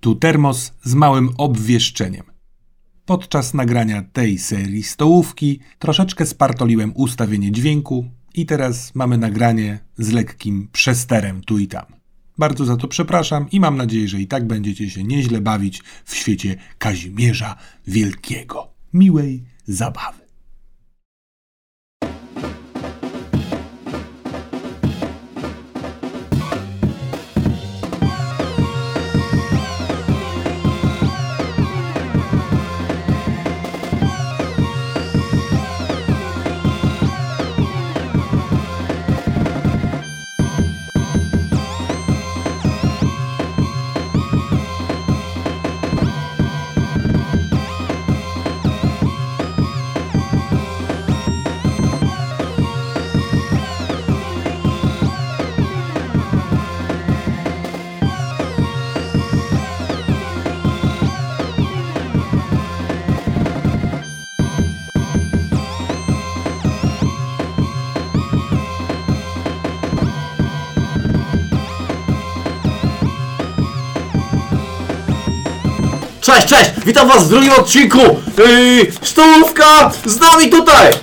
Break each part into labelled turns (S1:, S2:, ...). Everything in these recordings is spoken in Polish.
S1: Tu termos z małym obwieszczeniem. Podczas nagrania tej serii stołówki troszeczkę spartoliłem ustawienie dźwięku i teraz mamy nagranie z lekkim przesterem tu i tam. Bardzo za to przepraszam i mam nadzieję, że i tak będziecie się nieźle bawić w świecie Kazimierza Wielkiego. Miłej zabawy.
S2: Cześć, cześć! Witam was w drugim odcinku! Yy, sztówka z nami tutaj! E?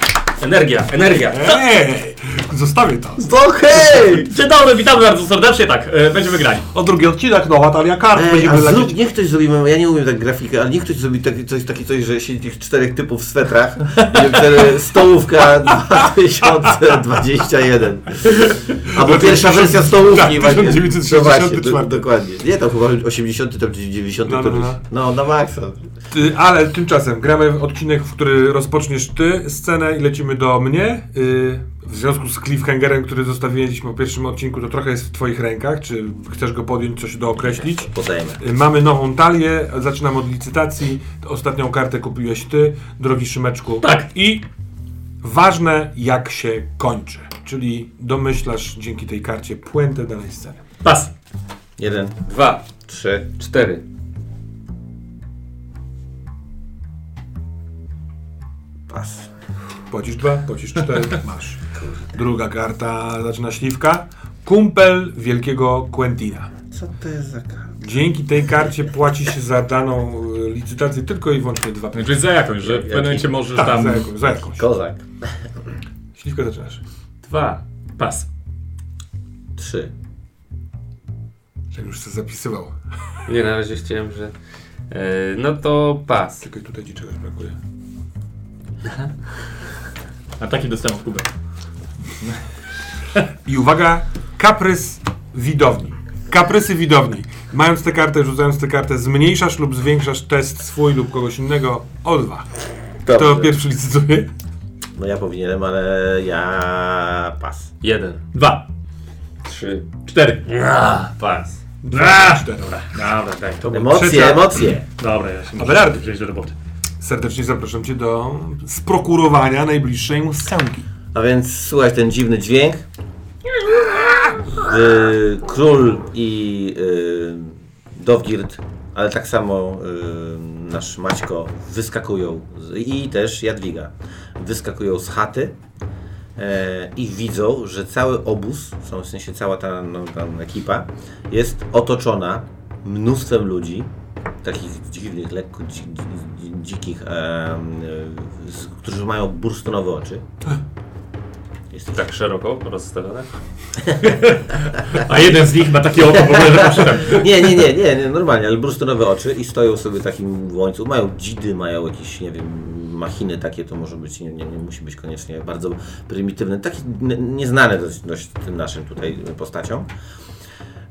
S3: Energia, energia.
S1: Ej, zostawię to.
S2: To hej!
S3: Dzień dobry, witamy bardzo serdecznie, tak, e, będziemy grać.
S1: O drugi odcinek, nowa talia kart.
S2: Ej,
S1: Będziemy
S2: a zrób,
S1: lecieć.
S2: niech ktoś zrobi, ja nie umiem tak grafikę, ale niech ktoś zrobi taki, coś, takie coś, że siedzi tych czterech typów w swetrach, będzie cztery- stołówka 2021. Albo pierwsza wersja stołówki.
S1: No Tak,
S2: właśnie.
S1: 1964.
S2: No właśnie, to- Dokładnie. Nie, to chyba 80, tam 90
S1: No, no,
S2: któryś.
S1: no.
S2: No, na maksa.
S1: Ty, ale tymczasem gramy w odcinek, w który rozpoczniesz ty scenę i lecimy do mnie. Y, W związku z cliffhangerem, który zostawiliśmy w pierwszym odcinku, to trochę jest w twoich rękach. Czy chcesz go podjąć, coś dookreślić?
S2: Podajemy.
S1: Y, Mamy nową talię, zaczynam od licytacji. Ostatnią kartę kupiłeś ty, drogi Szymeczku.
S3: Tak.
S1: I ważne, jak się kończy. Czyli domyślasz dzięki tej karcie puentę danej sceny.
S3: Pas.
S2: Jeden,
S3: Dwa,
S2: trzy,
S3: cztery.
S2: pas.
S1: Płacisz dwa, płacisz cztery, masz. Druga karta, zaczyna śliwka. Kumpel wielkiego Quentina.
S2: Co to jest za kar-
S1: Dzięki tej karcie płaci się za daną y, licytację tylko i wyłącznie dwa
S3: No Czyli za jakąś, że w pewnym momencie możesz
S1: Tak,
S3: tam...
S1: za, jaką, za jakąś.
S2: Kozak.
S1: Śliwkę zaczynasz.
S3: Dwa, pas.
S2: Trzy.
S1: Ten już się zapisywał.
S4: Nie, na razie chciałem, że... E, no to pas.
S1: Czekaj, tutaj ci czegoś brakuje.
S3: A taki dostałem w kubek.
S1: I uwaga, kaprys widowni. Kaprysy widowni. Mając tę kartę, rzucając tę kartę, zmniejszasz lub zwiększasz test swój lub kogoś innego o dwa. To
S2: Dobrze.
S1: pierwszy licytuje.
S2: No ja powinienem, ale ja pas.
S4: Jeden,
S3: Dwa,
S4: trzy,
S3: cztery.
S4: ja, pas.
S1: Dwa, cztery.
S3: Dobra, tak, to było...
S2: Emocje,
S1: trzecia.
S2: emocje.
S3: Dobra, ja się muszę
S1: Abelardy.
S3: wziąć do roboty.
S1: Serdecznie zapraszam Cię do sprokurowania najbliższej mu scenki.
S2: A więc słuchaj ten dziwny dźwięk. Yy, król i yy, Dowgird, ale tak samo yy, nasz Maćko wyskakują z, i też Jadwiga wyskakują z chaty e, i widzą, że cały obóz, w samym sensie cała ta no, tam ekipa jest otoczona mnóstwem ludzi, takich dziwnych, lekko dzi, dzi, dzikich, em, y, z, którzy mają bursztynowe oczy. Jest ich
S4: Tak szeroko rozstawione?
S3: A jeden z nich ma takie oko w ogóle, że patrzyłem.
S2: Nie, nie, nie, nie, nie, normalnie, ale bursztynowe oczy i stoją sobie w takim łońcu. Mają dzidy, mają jakieś, nie wiem, machiny takie, to może być, nie, nie, nie musi być koniecznie bardzo prymitywne, takie n- nieznane dość, dość tym naszym tutaj postaciom.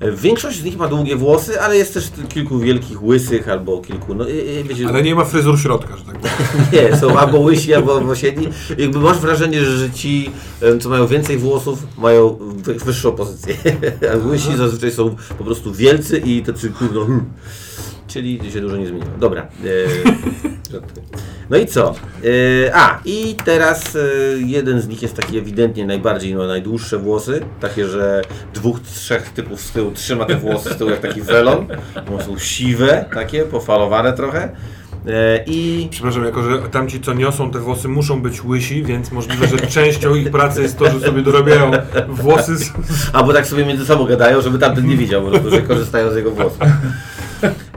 S2: E, Większość z nich ma długie włosy, ale jest też t- kilku wielkich łysych albo kilku, no i- i wiecie,
S1: Ale nie ma fryzur środka, że tak powiem.
S2: nie, są albo łysi, albo włosiedni. Jakby masz wrażenie, że ci, em, co mają więcej włosów, mają wy- wyższą pozycję. A łysi zazwyczaj są po prostu wielcy i tacy kurno. hmm. Czyli się dużo nie zmieniło. Dobra. e, żartuję. No i co? E, A, i teraz e, jeden z nich jest taki ewidentnie najbardziej, no najdłuższe włosy. Takie, że dwóch, trzech typów z tyłu trzyma te włosy z tyłu jak taki welon. Bo są siwe, takie, pofalowane trochę. E, I
S1: Przepraszam, jako że tamci, co niosą te włosy, muszą być łysi, więc możliwe, że częścią ich pracy jest to, że sobie dorabiają włosy. Z...
S2: Albo tak sobie między sobą gadają, żeby tamten nie widział, po prostu, że korzystają z jego włosów.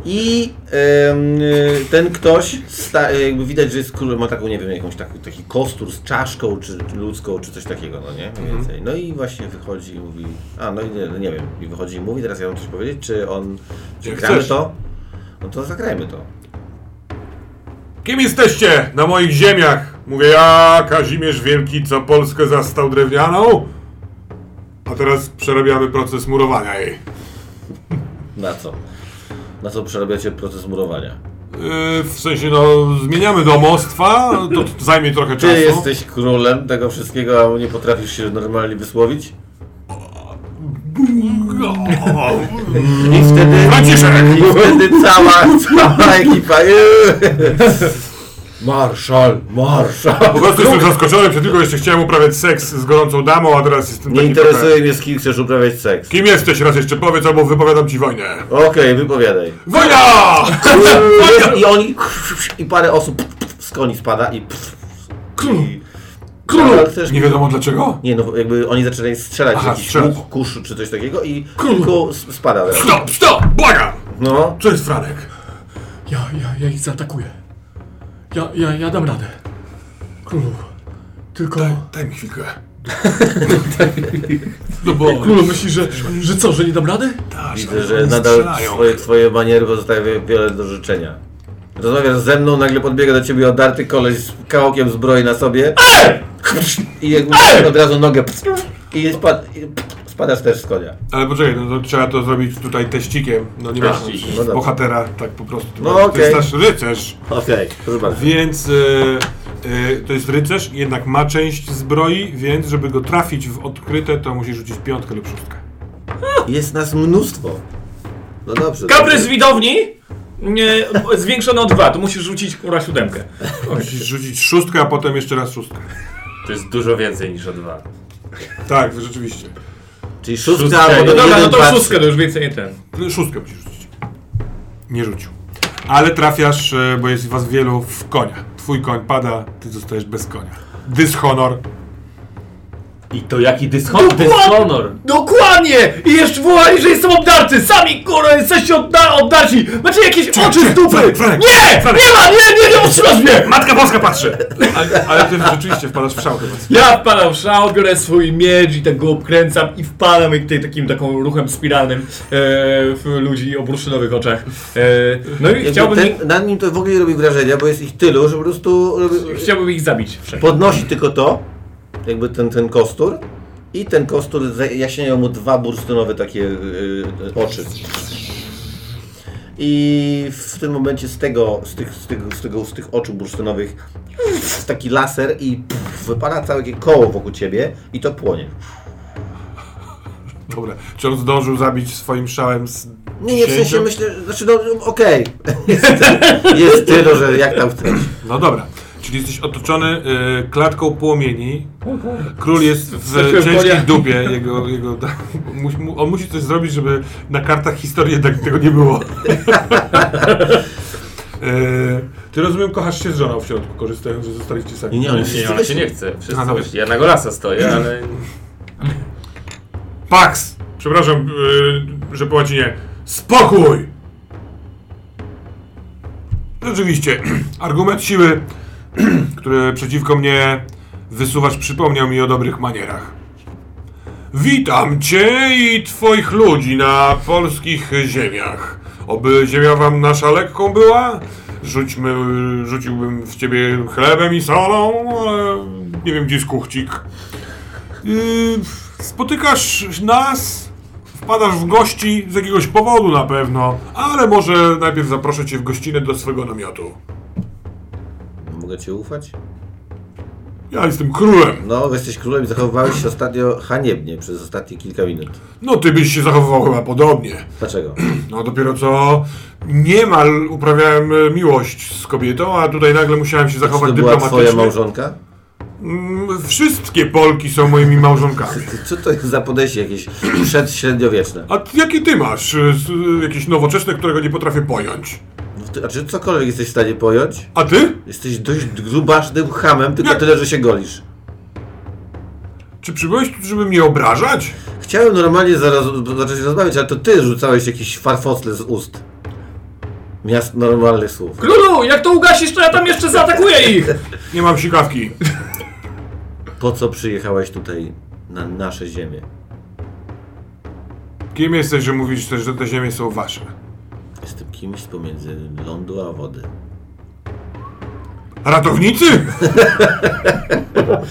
S2: I em, y, ten ktoś, sta, jakby widać, że jest królem, ma taką, nie wiem, jakąś taką, taki kostur z czaszką, czy czy ludzką, czy coś takiego, no nie? Mniej więcej. No i właśnie wychodzi i mówi, a no i nie, no nie wiem, i wychodzi i mówi, teraz ja mam coś powiedzieć, czy on, czy
S5: Jak
S2: gramy
S5: chcesz.
S2: to? No to zagrajmy to.
S5: Kim jesteście na moich ziemiach? Mówię ja, Kazimierz Wielki, co Polskę zastał drewnianą? A teraz przerabiamy proces murowania jej.
S2: Na co? Na co przerabiacie proces murowania?
S5: Yy, w sensie, no, zmieniamy domostwa, to, to zajmie trochę
S2: Ty
S5: czasu.
S2: jesteś królem tego wszystkiego, a nie potrafisz się normalnie wysłowić? I wtedy...
S5: Franciszek!
S2: I wtedy cała, cała ekipa... "Eee". Marszal, marszal!
S5: Po prostu jestem zaskoczony, przed chwilą jeszcze chciałem uprawiać seks z gorącą damą, a teraz jestem
S2: Nie
S5: taki
S2: interesuje
S5: trochę-
S2: mnie z kim chcesz uprawiać seks.
S5: Kim jesteś? Raz jeszcze powiedz, albo wypowiadam ci wojnę.
S2: Okej, wypowiadaj.
S5: Wojna!
S2: I oni... I parę osób z koni spada i... i- Ale też-
S5: Nie wiadomo dlaczego?
S2: Nie, no jakby oni zaczynają strzelać
S5: Aha,
S2: jakiś
S5: strzelać.
S2: łuk, kusz czy coś takiego i tylko s- spada.
S3: No,
S5: Stop, stop! Błagam!
S2: No,
S5: Co jest Franek?
S3: Ja, ja, ja ich zaatakuję. Ja, ja, ja dam radę. Królu. Tylko...
S5: Daj, daj mi chwilkę. No bo...
S3: Królu myśli, że, że co, że nie dam rady?
S2: widzę, że nadal twoje, twoje maniery pozostawiają wiele do życzenia. Rozmawiasz ze mną, nagle podbiega do ciebie odarty koleś z kawałkiem zbroi na sobie i jakby od razu nogę i, spad, i spadasz też z konia.
S5: Ale poczekaj, no to trzeba to zrobić tutaj teścikiem. No nie masz
S4: Teścik.
S2: No dobra.
S5: bohatera, tak po prostu.
S2: No
S5: to jest
S2: okej.
S5: nasz rycerz.
S2: Okej, proszę bardzo.
S5: Więc y, y, to jest rycerz, jednak ma część zbroi, więc żeby go trafić w odkryte, to musisz rzucić piątkę lub szóstkę.
S2: Jest nas mnóstwo. No dobrze.
S3: Kaprys
S2: dobrze.
S3: z widowni! Nie, zwiększone o dwa, to musisz rzucić kurwa siódemkę.
S5: Musisz rzucić szóstkę, a potem jeszcze raz szóstkę.
S4: To jest dużo więcej niż o dwa.
S5: Tak, rzeczywiście.
S2: Czyli szóstka
S4: Szóstka
S2: albo do
S4: i- Dobra,
S3: Dobra, no
S2: jeden,
S3: to
S2: dwa,
S3: szóstkę, to już więcej nie ten.
S5: No, Szóstkę musisz rzucić. Nie rzucił. Ale trafiasz, y, bo jest was wielu, w konia. Twój koń pada, ty zostajesz bez konia. Dyshonor.
S4: I to jaki dyshon- dyshonor!
S3: Dokładnie! I jeszcze wołali, że jestem obdarcy! Sami kurwa jesteście odda obdarci! Macie jakieś oczy z dupy!
S5: Franek, Franek,
S3: nie!
S5: Franek.
S3: Nie ma! Nie, nie, nie otrzymasz mnie!
S5: Matka Boska patrzy! Ale, ale ty rzeczywiście wpadasz w szałkę.
S3: Ja wpadam w szał, biorę swój miecz i tak go obkręcam i wpadam jak tutaj takim taką ruchem spiralnym e, w ludzi o bursztynowych oczach. E, no i
S2: Jakby
S3: chciałbym,
S2: Ten, nad nim to w ogóle nie robi wrażenia, bo jest ich tylu, że po prostu robi,
S3: ich, chciałbym ich zabić. wszak.
S2: podnosi tylko to, jakby ten, ten kostur i ten kostur jaśnieją mu dwa bursztynowe takie yy, oczy. I w tym momencie z tego, z tych, z tych, z tego, z tych oczu bursztynowych taki laser i pff, wypala całe takie koło wokół ciebie i to płonie.
S5: Dobra. Czy on zdążył zabić swoim szałem z...
S2: Nie, nie, w sensie
S5: dziesięciu?
S2: myślę, znaczy no okej, jest, jest tylu, że jak tam chcesz.
S5: No dobra. Czyli jesteś otoczony y, klatką płomieni. Król jest w
S3: Straciłem konia.
S5: ciężkiej dupie. Jego, jego, mu- mu- on musi coś zrobić, żeby na kartach historii tak tego nie było. Y, Ty rozumiem, kochasz się z żoną w środku, korzystając, że zostaliście sami.
S2: Nie, nie,
S4: Nie, ona się nie chce. Wszyscy
S5: A, dobra.
S4: myślą. Ja na golasa stoję, ale...
S5: Pax! Przepraszam, y, że po łacinie. Spokój! Rzeczywiście, argument siły, który przeciwko mnie wysuwasz, przypomniał mi o dobrych manierach. Witam cię i twoich ludzi na polskich ziemiach. Oby ziemia wam nasza lekką była, rzućmy, rzuciłbym w ciebie chlebem i solą, ale nie wiem gdzie jest kuchcik. Yy, spotykasz nas, wpadasz w gości z jakiegoś powodu na pewno, ale może najpierw zaproszę cię w gościnę do swego namiotu.
S2: Mogę ci ufać?
S5: Ja jestem królem.
S2: No, jesteś królem i zachowywałeś się ostatnio haniebnie przez ostatnie kilka minut.
S5: No ty byś się zachowywał chyba podobnie.
S2: Dlaczego?
S5: No dopiero co niemal uprawiałem e, miłość z kobietą, a tutaj nagle musiałem się
S2: Czy
S5: zachować
S2: to była twoja
S5: dyplomatycznie.
S2: małżonka?
S5: Mm, Wszystkie Polki są moimi małżonkami.
S2: Ty, Co to jest za podejście jakieś przedśredniowieczne?
S5: A ty- jakie ty masz? e, s- e, Jakieś nowoczesne, którego nie potrafię pojąć.
S2: No ty- A czy cokolwiek jesteś w stanie pojąć?
S5: A ty?
S2: Jesteś dość grubasznym chamem, tylko
S5: Nie.
S2: tyle, że się golisz.
S5: Czy przybyłeś tu, żeby mnie obrażać?
S2: Chciałem normalnie zaraz zacząć rozmawiać, ale to ty rzucałeś jakieś farfocle z ust. Miast normalnych słów.
S3: Królu, jak to ugasisz, to ja tam jeszcze zaatakuję ich!
S5: Nie mam sikawki.
S2: Po co przyjechałeś tutaj na nasze ziemię?
S5: Kim jesteś, że mówisz, też, że te ziemie są wasze?
S2: Jestem kimś pomiędzy lądu a wody.
S5: Ratownicy?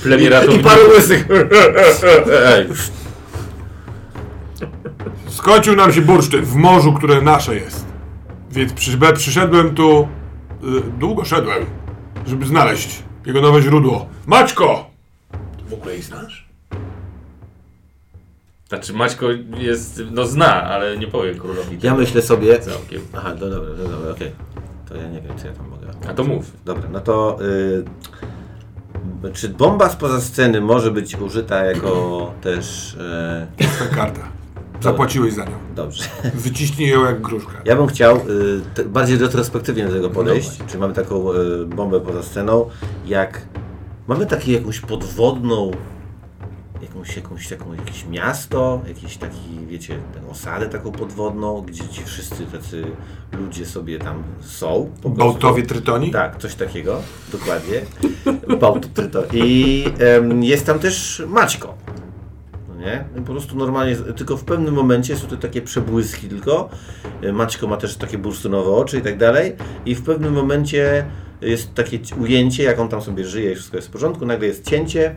S4: Plemię ratowników.
S2: łysych.
S5: Skończył nam się bursztyn w morzu, które nasze jest. Więc przy, be- przyszedłem tu. Y, długo szedłem, żeby znaleźć jego nowe źródło. Maćko! Ty w ogóle jej znasz?
S4: Znaczy Maćko jest, no zna, ale nie powie królowi.
S2: Ja myślę sobie...
S4: Całkiem.
S2: Aha, no dobra, no dobra, okej. To ja nie wiem, czy ja tam mogę...
S4: A to mów.
S2: Dobra, no to... Y... Czy bomba spoza sceny może być użyta jako też... Y...
S5: Jest ta karta. Zapłaciłeś za nią.
S2: Dobrze.
S5: Wyciśnij ją jak gruszkę.
S2: Ja bym chciał y, te- bardziej retrospektywnie do tego podejść. Czy mamy taką y, bombę poza sceną, jak mamy takie jakąś podwodną, jakąś, jakąś, taką, jakieś miasto, jakieś taki, wiecie, tę osadę taką podwodną, gdzie ci wszyscy tacy ludzie sobie tam są. po prostu.
S5: Bałtowie Trytoni?
S2: Tak, coś takiego, dokładnie. Bałt, to, to. I em, jest tam też Maćko. No nie? Po prostu normalnie, tylko w pewnym momencie są to takie przebłyski tylko. Maćko ma też takie bursztynowe oczy i tak dalej. I w pewnym momencie jest takie ci- ujęcie, jak on tam sobie żyje i wszystko jest w porządku. Nagle jest cięcie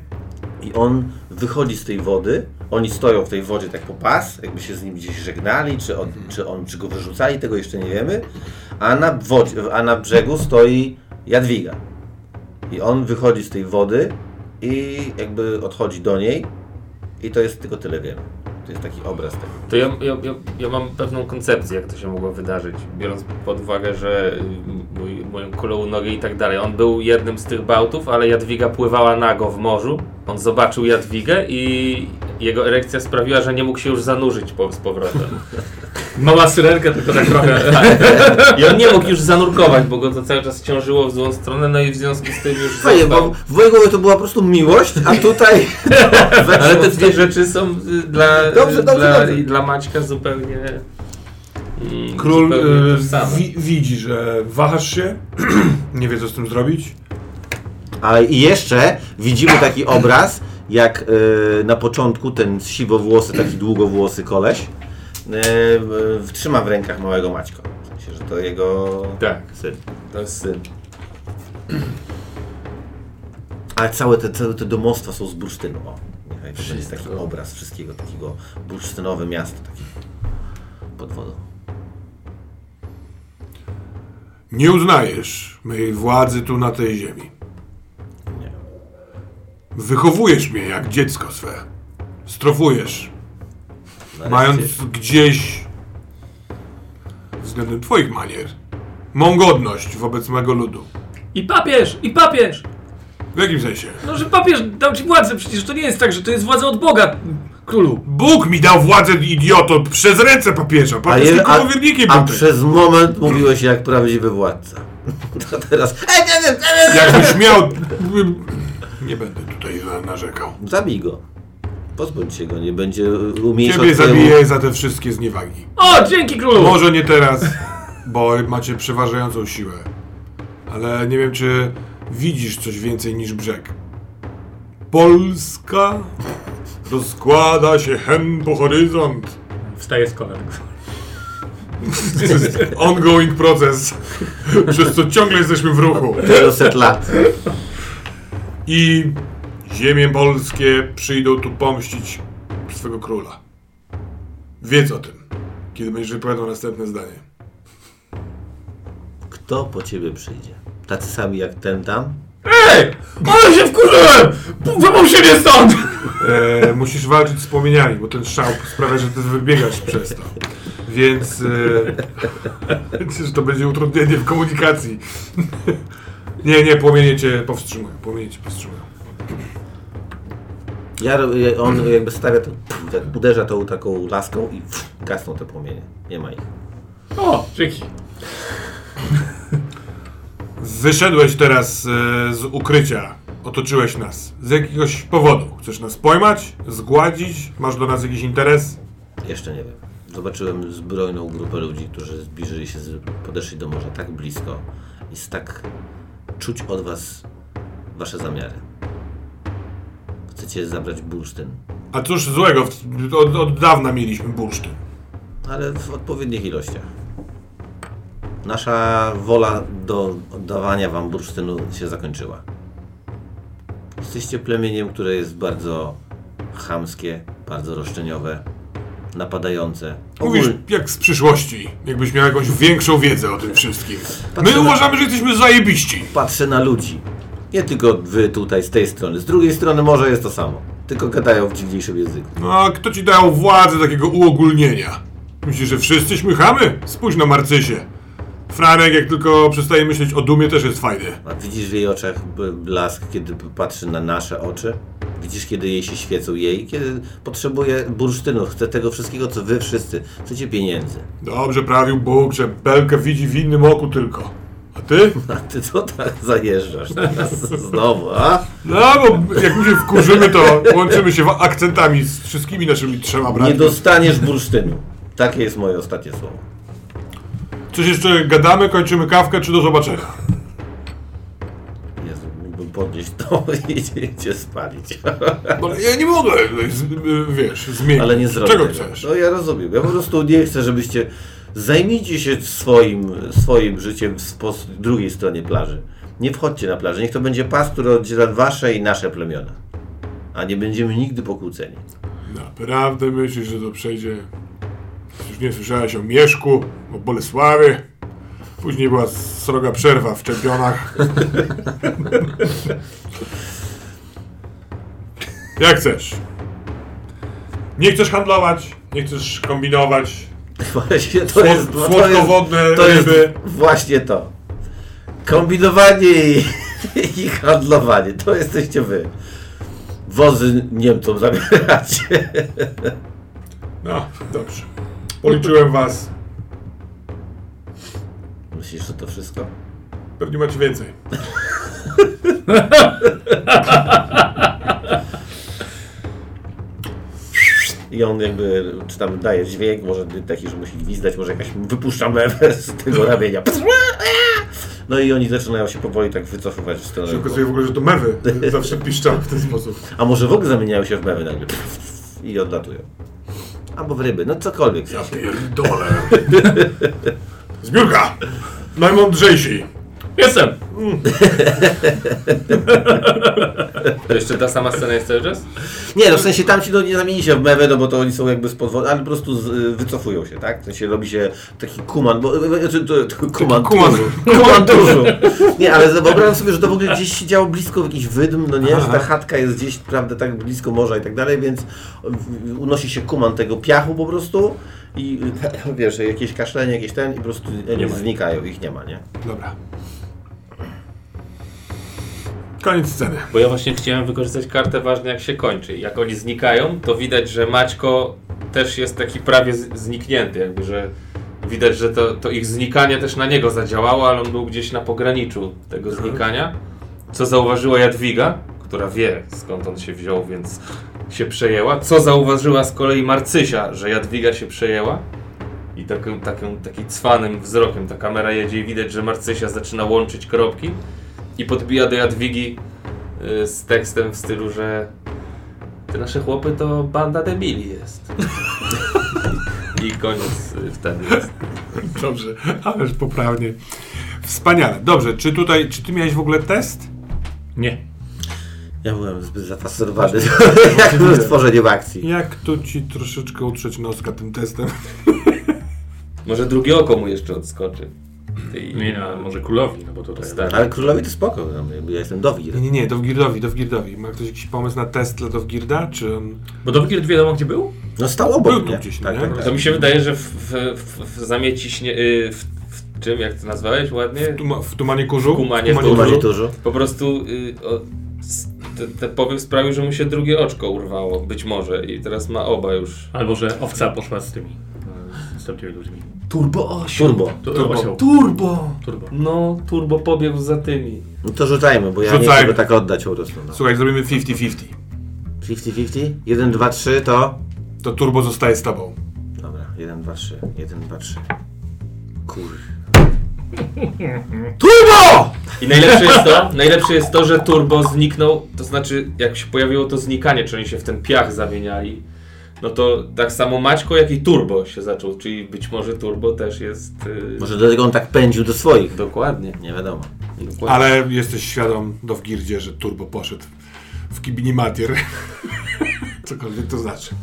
S2: i on wychodzi z tej wody. Oni stoją w tej wodzie tak po pas, jakby się z nim gdzieś żegnali, czy on, czy, on, czy go wyrzucali, tego jeszcze nie wiemy. A na, wodzie, a na brzegu stoi Jadwiga. I on wychodzi z tej wody i jakby odchodzi do niej. I to jest tylko tyle wiem. To jest taki obraz tego.
S4: To ja, ja, ja, ja mam pewną koncepcję, jak to się mogło wydarzyć, biorąc pod uwagę, że y, mój, moją kulą nogi i tak dalej. On był jednym z tych bałtów, ale Jadwiga pływała nago w morzu. On zobaczył Jadwigę i jego erekcja sprawiła, że nie mógł się już zanurzyć po, z powrotem.
S3: Mała syrenka tylko tak trochę.
S4: I on nie mógł już zanurkować, bo go to cały czas ciążyło w złą stronę, no i w związku z tym już
S2: Fajnie, bo
S4: został.
S2: w mojej głowie to była po prostu miłość, a tutaj...
S4: Ale te dwie rzeczy są y, dla, y,
S2: Dobrze, dobrze,
S4: dla,
S2: dobrze.
S4: i dla Maćka zupełnie... mm,
S5: Król
S4: zupełnie
S5: y,
S4: tożsame.
S5: wi- widzi, że wahasz się, nie wie co z tym zrobić.
S2: A i jeszcze widzimy taki obraz, jak y, na początku ten siwowłosy, taki długowłosy koleś y, y, trzyma w rękach małego Maćko. W sensie, że to jego
S4: Tak,
S2: syn.
S4: to jest syn.
S2: Ale całe te, całe te domostwa są z bursztynu. O, niechaj to jest taki obraz wszystkiego, takiego bursztynowe miasto, takie pod wodą.
S5: Nie uznajesz mojej władzy tu na tej ziemi.
S2: Nie.
S5: Wychowujesz mnie jak dziecko swe. Strofujesz,
S2: Nareszcie-
S5: mając gdzieś względem twoich manier mą godność wobec mego ludu.
S3: I papież, i papież!
S5: W jakim sensie?
S3: No, że papież dał ci władzę, przecież to nie jest tak, że to jest władza od Boga, królu.
S5: Bóg mi dał władzę, idioto, przez ręce papieża.
S2: A,
S5: Papież
S2: je-
S5: tylko
S2: a,
S5: powiernikiem
S2: a
S5: był ten.
S2: przez moment mówiłeś jak prawdziwy władca. To teraz. E, nie, nie, nie, nie.
S5: Jakbyś miał... Nie będę tutaj na- narzekał.
S2: Zabij go. Pozbądź się go, nie będzie umiejętności.
S5: Ciebie zabiję za te wszystkie zniewagi.
S3: O, dzięki królu!
S5: Może nie teraz, bo macie przeważającą siłę. Ale nie wiem, czy widzisz coś więcej niż brzeg. Polska rozkłada się hen po horyzont.
S3: Wstaje z kolan.
S5: To jest ongoing proces, przez co ciągle jesteśmy w ruchu.
S2: lat.
S5: I ziemie polskie przyjdą tu pomścić swego króla. Wiedz o tym, kiedy będziesz wypowiadał następne zdanie.
S2: Kto po ciebie przyjdzie? Tacy sami jak ten tam?
S3: Ej! Ale się wkurzyłem! Wypał się mnie stąd!
S5: E, musisz walczyć z płomieniami, bo ten szał sprawia, że ty wybiegasz przez to. Więc e, myślę, że to będzie utrudnienie w komunikacji. nie, nie, płomienie cię powstrzymują. Płomienie cię powstrzymują.
S2: Ja, ro- ja- on jakby stawia to, tak uderza tą taką laską i gasną te płomienie. Nie ma ich.
S3: O, dzięki.
S5: Wyszedłeś teraz e, z ukrycia. Otoczyłeś nas. Z jakiegoś powodu. Chcesz nas pojmać? Zgładzić? Masz do nas jakiś interes?
S2: Jeszcze nie wiem. Zobaczyłem zbrojną grupę ludzi, którzy zbliżyli się, z, podeszli do morza tak blisko i z tak czuć od was wasze zamiary. Chcecie zabrać bursztyn,
S5: A cóż złego, w- od, od dawna mieliśmy bursztyn.
S2: ale w odpowiednich ilościach. Nasza wola do oddawania wam bursztynu się zakończyła. Jesteście plemieniem, które jest bardzo chamskie, bardzo roszczeniowe, napadające.
S5: Mówisz
S2: Ogólnie-
S5: jak z przyszłości, jakbyś miał jakąś większą wiedzę o tym wszystkim.
S2: Patrzę
S5: My
S2: na-
S5: uważamy, że jesteśmy zajebiści.
S2: patrzę na ludzi. Nie tylko wy tutaj z tej strony, z drugiej strony może jest to samo. Tylko gadają w dziwniejszym języku.
S5: No, a kto ci dał władzę takiego uogólnienia? Myślisz, że wszyscy śmychamy? Spójrz na Marcysie. Franek, jak tylko przestaje myśleć o dumie, też jest fajny.
S2: A widzisz w jej oczach b- blask, kiedy p- patrzy na nasze oczy? Widzisz, kiedy jej się świecą jej? Kiedy potrzebuje bursztynu, chce tego wszystkiego, co wy wszyscy. Chcecie pieniędzy.
S5: Dobrze prawił Bóg, że belkę widzi w innym oku tylko. A ty?
S2: A ty co tak zajeżdżasz teraz znowu, a?
S5: No, bo jak my się wkurzymy, to łączymy się wa- akcentami z wszystkimi naszymi trzema
S2: Nie
S5: braćmi.
S2: dostaniesz bursztynu. Takie jest moje ostatnie słowo.
S5: Coś jeszcze gadamy, kończymy kawkę, czy do zobaczenia?
S2: Jezu, mógłbym podnieść to i cię spalić.
S5: No, ale ja nie mogę, z, y, wiesz, zmienić.
S2: Ale nie zrobię
S5: Czego
S2: tego.
S5: chcesz?
S2: No ja rozumiem. Ja po prostu nie chcę, żebyście zajmijcie się swoim, swoim życiem w spos- drugiej stronie plaży. Nie wchodźcie na plażę. Niech to będzie pas, który oddziela wasze i nasze plemiona. A nie będziemy nigdy pokłóceni.
S5: Naprawdę myślisz, że to przejdzie? Już nie słyszałeś o Mieszku, o Bolesławie. Później była sroga przerwa w czempionach. Jak chcesz. Nie chcesz handlować, nie chcesz kombinować.
S2: Właśnie to
S5: Słod-
S2: jest... To jest,
S5: słodkowodne
S2: to jest
S5: ryby.
S2: właśnie to. Kombinowanie i, i handlowanie. To jesteście wy. Wozy Niemcom zabieracie.
S5: No, dobrze. Policzyłem was.
S2: Myślisz, że to wszystko?
S5: Pewnie macie więcej.
S2: I on jakby, czy tam daje dźwięk, może taki, że musi gwizdać, może jakaś wypuszcza mewę z tego ramienia. No i oni zaczynają się powoli tak wycofywać w stronę.
S5: Tylko sobie w ogóle, że to mewy zawsze piszczą w ten sposób.
S2: A może w ogóle zamieniają się w mewy nagle. I odlatują. Albo w ryby, no cokolwiek.
S5: Ja pierdolę. Zbiórka! Najmądrzejsi.
S3: Jestem!
S4: To jeszcze ta sama scena jest cały czas?
S2: Nie, no w sensie tamci no, nie zamieni się w mewę, no bo to oni są jakby z podwo- ale po prostu z, wycofują się, tak? W sensie robi się taki kuman, bo, znaczy to, to kuman,
S5: kuman.
S2: dużu. kuman dużu. Nie, ale wyobrażam sobie, że to w ogóle gdzieś się działo blisko jakiś wydm, no nie, że ta chatka jest gdzieś, prawda, tak blisko morza i tak dalej, więc w- unosi się kuman tego piachu po prostu i y, wiesz, jakieś kaszlenie, jakieś ten i po prostu nie
S4: ma.
S2: znikają, ich nie ma, nie?
S5: Dobra. Koniec sceny.
S4: Bo ja właśnie chciałem wykorzystać kartę ważne jak się kończy. Jak oni znikają, to widać, że Maćko też jest taki prawie z- zniknięty, jakby, że widać, że to, to ich znikanie też na niego zadziałało, ale on był gdzieś na pograniczu tego znikania. Co zauważyła Jadwiga, która wie skąd on się wziął, więc się przejęła. Co zauważyła z kolei Marcysia, że Jadwiga się przejęła. I takim, takim, taki cwanym wzrokiem ta kamera jedzie i widać, że Marcysia zaczyna łączyć kropki i podbija do Jadwigi y, z tekstem w stylu, że te nasze chłopy to banda debili jest. I koniec y, wtedy jest.
S5: Dobrze, ależ poprawnie. Wspaniale. Dobrze, czy tutaj, czy ty miałeś w ogóle test?
S3: Nie.
S2: Ja byłem zbyt zafascynowany jakby tworzeniem akcji.
S5: Jak tu ci troszeczkę utrzeć noska tym testem?
S4: Może drugie oko mu jeszcze odskoczy. Ty,
S3: Nie, no, może królowi, no bo tutaj...
S4: Stary.
S2: Ale królowi to spoko, no, jakby ja jestem dowir.
S5: Nie, nie, nie, Dowgirdowi, Dowgirdowi. Ma ktoś jakiś pomysł na test dla Dowgirda? Czy on...
S3: Bo Dowgird wiadomo gdzie był?
S2: No stał obok
S5: Był tu
S2: mnie.
S5: gdzieś,
S2: tak,
S5: nie?
S2: tak, tak.
S4: To mi się wydaje, że w, w, w, w zamieciśnie... y, W, w czym? Jak to nazwałeś ładnie?
S5: Tuma, w tumanie kurzu?
S4: W tumanie
S2: Tu
S4: kurzu.
S2: macie dużo.
S4: Po prostu y, o, s- te, te powiew sprawił, że mu się drugie oczko urwało. Być może. I teraz ma oba już.
S3: Albo że owca poszła z tymi... e, Z tamtymi ludźmi.
S4: Turbo
S2: Turbo.
S3: Tu-
S5: Turbo.
S3: osioł.
S4: Turbo!
S3: Turbo.
S4: No, turbo pobiegł za tymi.
S2: No to rzucajmy, bo ja nie
S5: Rzucajmy.
S2: chcę go tak oddać po prostu. No.
S5: Słuchaj, zrobimy 50-50.
S2: 50-50? 1, 2, 3 to...
S5: To turbo zostaje z tobą.
S2: Dobra. Jeden, dwa, trzy. Jeden, dwa, trzy. Kur...
S5: Turbo!
S4: I najlepsze jest, to, najlepsze jest to, że turbo zniknął, to znaczy jak się pojawiło to znikanie, czyli oni się w ten piach zamieniali, no to tak samo Maćko, jak i turbo się zaczął, czyli być może turbo też jest... Yy,
S2: Może dlatego on tak pędził do swoich.
S4: Dokładnie.
S2: Nie wiadomo.
S4: dokładnie.
S5: Ale jesteś świadom do w girdzie, że turbo poszedł w kibini matier. Cokolwiek to znaczy.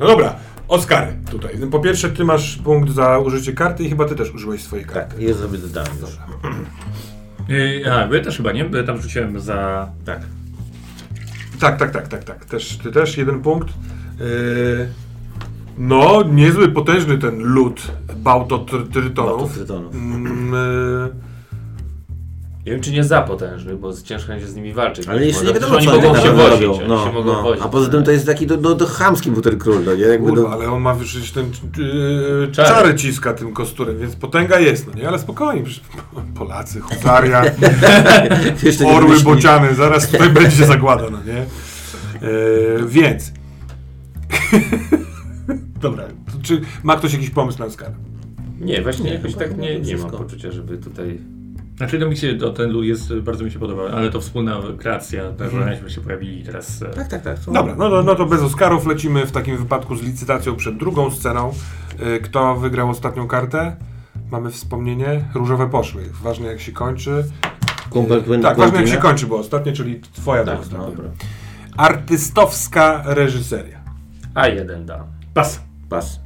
S5: No dobra, Oskar tutaj. No Po pierwsze, ty masz punkt za użycie karty i chyba ty też użyłeś swojej karty.
S2: Tak, jest sobie dodałem już.
S3: Yy, a, wy też chyba, nie? Bo ja tam rzuciłem za...
S2: Tak.
S5: Tak, tak, tak, tak, tak. Też, ty też jeden punkt. Yy, no, niezły, potężny ten lód
S2: Bałtów
S5: Bałtotrytonów.
S2: Trytonów.
S5: Mm,
S4: Nie wiem, czy nie za potężny, bo z- ciężko będzie z nimi walczyć.
S2: Ale jeszcze
S4: Może-
S2: nie wiadomo,
S4: oni
S2: co
S4: mogą
S2: tak
S4: się
S2: naprawdę
S4: wozić,
S2: robią.
S4: oni
S2: No,
S4: się mogą
S2: no.
S4: wozić.
S2: A poza tym to jest taki do, do, do chamski buter król, no nie?
S5: yy,
S2: Jakby
S5: kurwa,
S2: do...
S5: ale on ma wyżyć ten yy,
S4: Czary.
S5: czary ciska tym kosturem, więc potęga jest, no nie? Ale spokojnie, przecież Polacy, Huzaria,
S2: Jeszcze nie
S5: Orły
S2: wymyślili.
S5: bociany, zaraz tutaj będzie zagłada, no nie? Yy, więc... Dobra, czy ma ktoś jakiś pomysł na Oskara?
S4: Nie, właśnie
S2: Nie,
S4: jakoś
S2: chyba
S4: tak nie, nie mam
S2: wszystko.
S4: poczucia, żeby tutaj...
S3: Znaczy, to mi się, to ten lód jest, bardzo mi się podoba, ale to wspólna kreacja, tak, żeśmy się pojawili teraz... e,
S2: Tak, tak, tak. to-
S5: Dobra, no to, no to bez Oscarów lecimy w takim wypadku z licytacją przed drugą sceną. Y, Kto wygrał ostatnią kartę? Mamy wspomnienie. Różowe poszły. Ważne jak się kończy.
S2: Kumpel Quinn
S5: Tak, ważne jak się
S2: Quinn,
S5: kończy, bo ostatnie, czyli twoja była
S2: Tak,
S5: ostatnia.
S2: no dobra.
S5: Artystowska reżyseria.
S4: A jeden da.
S3: Pas.
S2: Pas.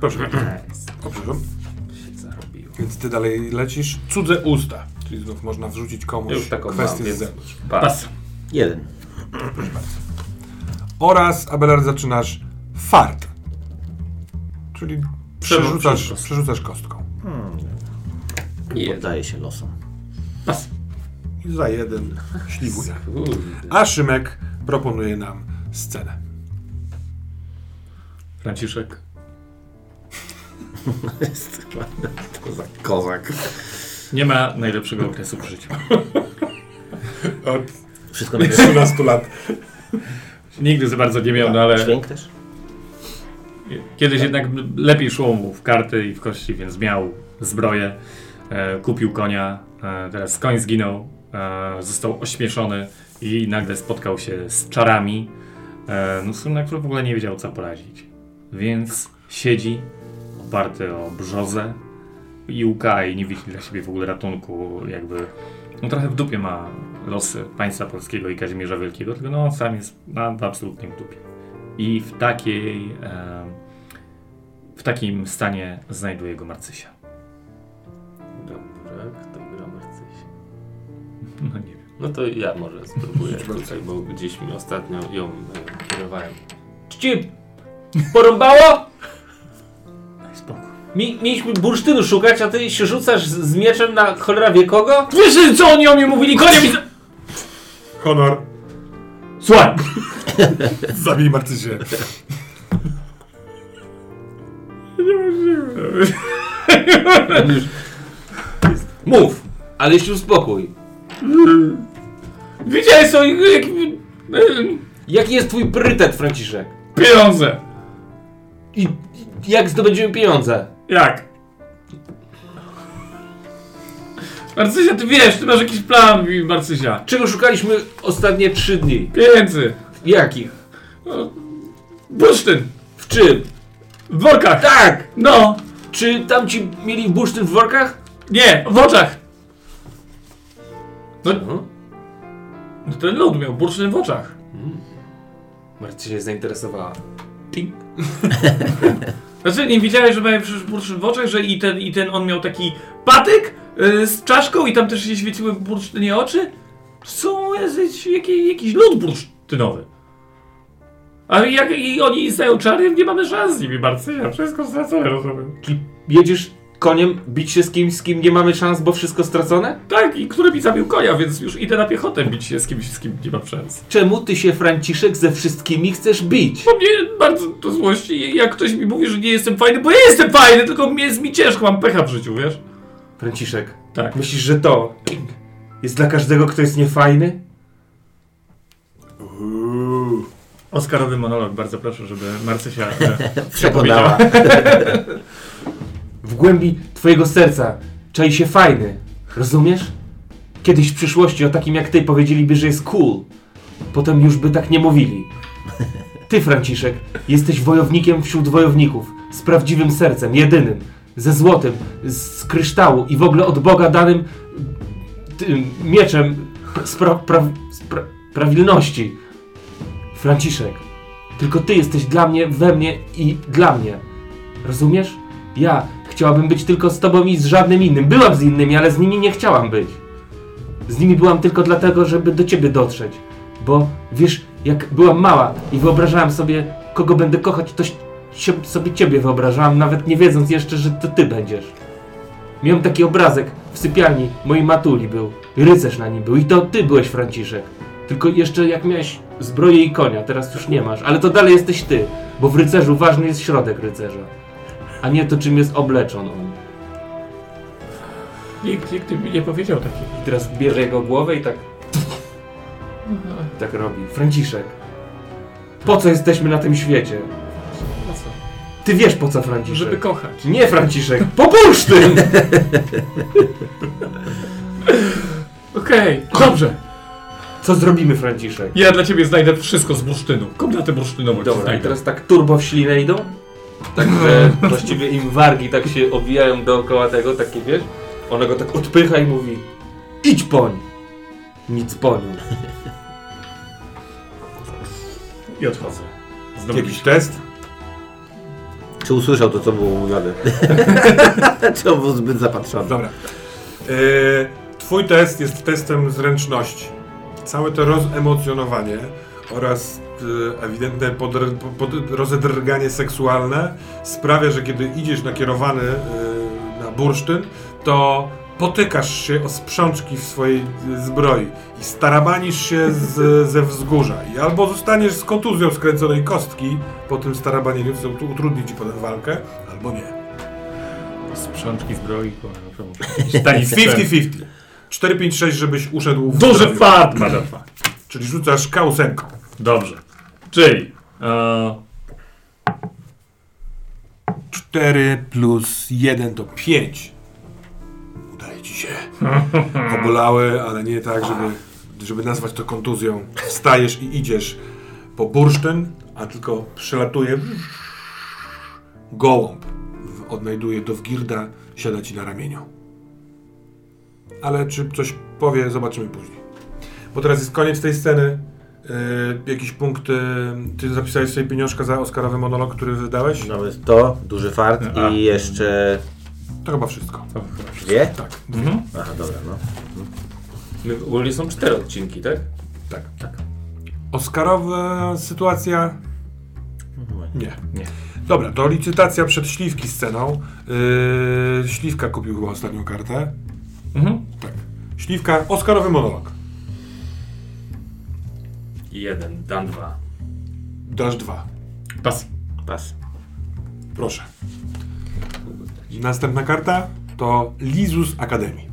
S5: Proszę. O, przepraszam. Więc ty dalej lecisz. Cudze usta. Czyli znów można wrzucić komuś
S4: Już taką mam,
S5: kwestię z
S4: więc-
S5: zewnątrz.
S4: Pas.
S3: Pas.
S2: Jeden.
S5: Oraz, Abelard, zaczynasz fart. Czyli przerzucasz, przerzucasz kostką.
S4: Jeden.
S2: Poddaje się losom.
S3: Pas.
S5: I za jeden śligunia.
S4: Kurde.
S5: A Szymek proponuje nam scenę.
S3: Franciszek.
S2: Kozak. Kozak.
S3: Nie ma najlepszego okresu w życiu.
S5: Od
S2: Wszystko na
S5: 13 lat.
S3: Nigdy za bardzo nie miał, no ale
S2: Dźwięk też?
S3: kiedyś jednak lepiej szło mu w karty i w kości, więc miał zbroję, e, kupił konia, e, teraz koń zginął, e, został ośmieszony i nagle spotkał się z czarami, e, no, z którym na które w ogóle nie wiedział co poradzić. Więc siedzi oparty o brzozę i łka i nie widzi dla siebie w ogóle ratunku, jakby no trochę w dupie ma losy państwa polskiego i Kazimierza Wielkiego, tylko no on sam jest na, w absolutnym dupie. I w takiej e, w takim stanie znajduje go Marcysia.
S4: Dobra, kto gra Marcyś?
S3: No nie wiem.
S4: No to ja może spróbuję tutaj, bo gdzieś mi ostatnio ją e, kierowałem. Czci! Porąbało?
S3: Daj spokój.
S4: Mi, mieliśmy bursztynu szukać, a ty się rzucasz z z mieczem na cholera wie kogo?
S3: Wiesz co oni o mnie mówili? Konia mi...
S5: Honor.
S3: Słuchaj!
S5: Zabij Marcyzie.
S4: Mów! Ale się uspokój.
S3: Widziałeś co ich... jak-
S4: Jaki jest twój priorytet, Franciszek?
S3: Pieniądze!
S4: I, i jak zdobędziemy pieniądze?
S3: Jak? Marcysia, ty wiesz, ty masz jakiś plan, mówi Marcysia.
S4: Czego szukaliśmy ostatnie trzy dni?
S3: Pieniędzy!
S4: Jakich?
S3: Bursztyn!
S4: W czym?
S3: W workach!
S4: Tak!
S3: No!
S4: Czy tamci mieli bursztyn w workach?
S3: Nie! W oczach!
S4: No.
S3: No Ten lud miał bursztyn w oczach.
S4: Marcy się zainteresowała.
S3: Znaczy, nie widziałeś, że miałem przecież bursztyn w oczach, że i ten, i ten on miał taki patyk y, z czaszką i tam też się świeciły w bursztynie oczy? Co jest jakiś- jaki, jakiś lód bursztynowy? A jak i oni znają czary, nie mamy szans z nimi, Marcyja. Wszystko stracone, rozumiem.
S4: Czyli jedziesz koniem bić się z kimś, z kim nie mamy szans, bo wszystko stracone?
S3: Tak, i który mi zabił konia, więc już idę na piechotę bić się z kimś, z kim nie mam szans.
S4: Czemu ty się, Franciszek, ze wszystkimi chcesz bić?
S3: Bo mnie bardzo to złości, jak ktoś mi mówi, że nie jestem fajny, bo ja jestem fajny, tylko mi jest mi ciężko, mam pecha w życiu, wiesz?
S4: Franciszek,
S3: Tak.
S4: myślisz, że to jest dla każdego, kto jest niefajny?
S3: Oskarowy monolog, bardzo proszę, żeby Marcysia e,
S2: Przekonała.
S4: W głębi twojego serca czai się fajny. Rozumiesz? Kiedyś w przyszłości o takim jak ty powiedzieliby, że jest cool. Potem już by tak nie mówili. Ty, Franciszek, jesteś wojownikiem wśród wojowników. Z prawdziwym sercem, jedynym. Ze złotem, z kryształu i w ogóle od Boga danym tym mieczem spra pra spra prawilności. Franciszek, tylko ty jesteś dla mnie, we mnie i dla mnie. Rozumiesz? Ja chciałabym być tylko z tobą i z żadnym innym. Byłam z innymi, ale z nimi nie chciałam być. Z nimi byłam tylko dlatego, żeby do ciebie dotrzeć. Bo wiesz, jak byłam mała i wyobrażałam sobie, kogo będę kochać, to się, sobie ciebie wyobrażałam, nawet nie wiedząc jeszcze, że to ty będziesz. Miałem taki obrazek w sypialni mojej matuli był. Rycerz na nim był i to ty byłeś Franciszek. Tylko jeszcze jak miałeś zbroję i konia, teraz już nie masz, ale to dalej jesteś ty, bo w rycerzu ważny jest środek rycerza, a nie to czym jest obleczon on.
S3: Nikt, nikt mi nie powiedział takiego.
S4: I teraz bierze jego głowę i tak...
S3: No.
S4: Tak robi. Franciszek, po co jesteśmy na tym świecie?
S3: Po co?
S4: Ty wiesz po co Franciszek.
S3: Żeby kochać.
S4: Nie Franciszek, popóż tym!
S3: Okej, dobrze.
S4: Co zrobimy Franciszek?
S3: Ja dla ciebie znajdę wszystko z bursztynu. Kompletę bursztynową ci
S6: Dobra,
S4: I
S3: znajdę.
S4: teraz tak turbo w ślinę idą? Tak,
S6: Także właściwie im wargi tak się owijają dookoła tego, takie wiesz.
S4: Ona go tak odpycha i mówi Idź poń! Nic po nim.
S3: I odchodzę. Znowu
S5: Jakiś test?
S2: Czy usłyszał to, co było mówione? Czy on był zbyt zapatrzony?
S5: Dobra. E, twój test jest testem zręczności. Całe to rozemocjonowanie oraz e, ewidentne podr- pod, pod, rozedrganie seksualne sprawia, że kiedy idziesz nakierowany e, na bursztyn, to potykasz się o sprzączki w swojej e, zbroi i starabanisz się z, ze wzgórza. I albo zostaniesz z kontuzją skręconej kostki po tym starabanieniu, co ut- utrudni ci potem walkę, albo nie.
S3: Sprzączki zbroi, kurwa. muszę- Tani 50
S5: 50-50. 4-5-6, żebyś uszedł w
S3: Duży
S5: zdrowiu.
S3: fart, madafa.
S5: Czyli rzucasz kausenką.
S3: Dobrze. Czyli... E,
S5: 4 plus 1 to 5. Udaje ci się. Obolały, ale nie tak, żeby, żeby nazwać to kontuzją. Wstajesz i idziesz po bursztyn, a tylko przelatuje gołąb. W- Odnajduje Dowgirda, siada ci na ramieniu. Ale czy coś powie, zobaczymy później. Bo teraz jest koniec tej sceny. Yy, jakiś punkt. Yy, ty zapisałeś sobie pieniążka za Oscarowy monolog, który wydałeś?
S2: Mamy No to, duży fart
S3: A.
S2: i jeszcze
S5: To chyba wszystko.
S2: dwie?
S5: Tak.
S2: Aha, dobra, no.
S6: My, ogólnie są cztery odcinki, tak?
S5: Tak, tak. Oscarowa sytuacja? Nie.
S3: Nie.
S5: Dobra, to licytacja przed śliwki sceną. Yy, śliwka kupił chyba ostatnią kartę.
S3: mhm.
S5: Tak. Śliwka, Oscarowy monolog.
S6: Jeden, dan dwa.
S5: Dasz dwa.
S3: Pas. Tak,
S2: Pas.
S5: Proszę. Następna karta to Lizus Akademii.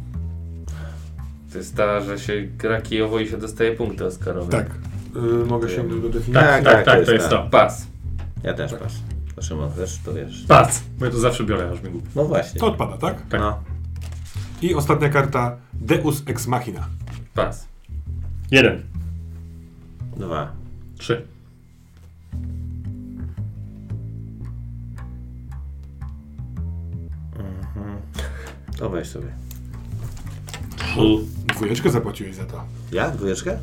S6: To jest ta, że się gra kijowo i się dostaje punkty Oscarowe.
S5: Tak. Yy, mogę się do definicji.
S3: Tak,
S2: Tak,
S3: tak,
S2: tak,
S3: tak,
S2: to jest
S3: to jest
S2: tak.
S3: to.
S6: Pas.
S2: Ja też pas. Znaczy, mam też, to wiesz.
S3: Pas. Bo ja to zawsze biorę, aż mi głupio.
S2: No właśnie.
S5: To odpada, tak?
S3: tak.
S2: No.
S5: I ostatnia karta Deus Ex Machina.
S6: Pas.
S3: Jeden.
S2: Dwa.
S3: Trzy.
S2: To weź sobie.
S5: Dwójeczkę zapłaciłeś za to.
S2: Ja? Dwójeczkę?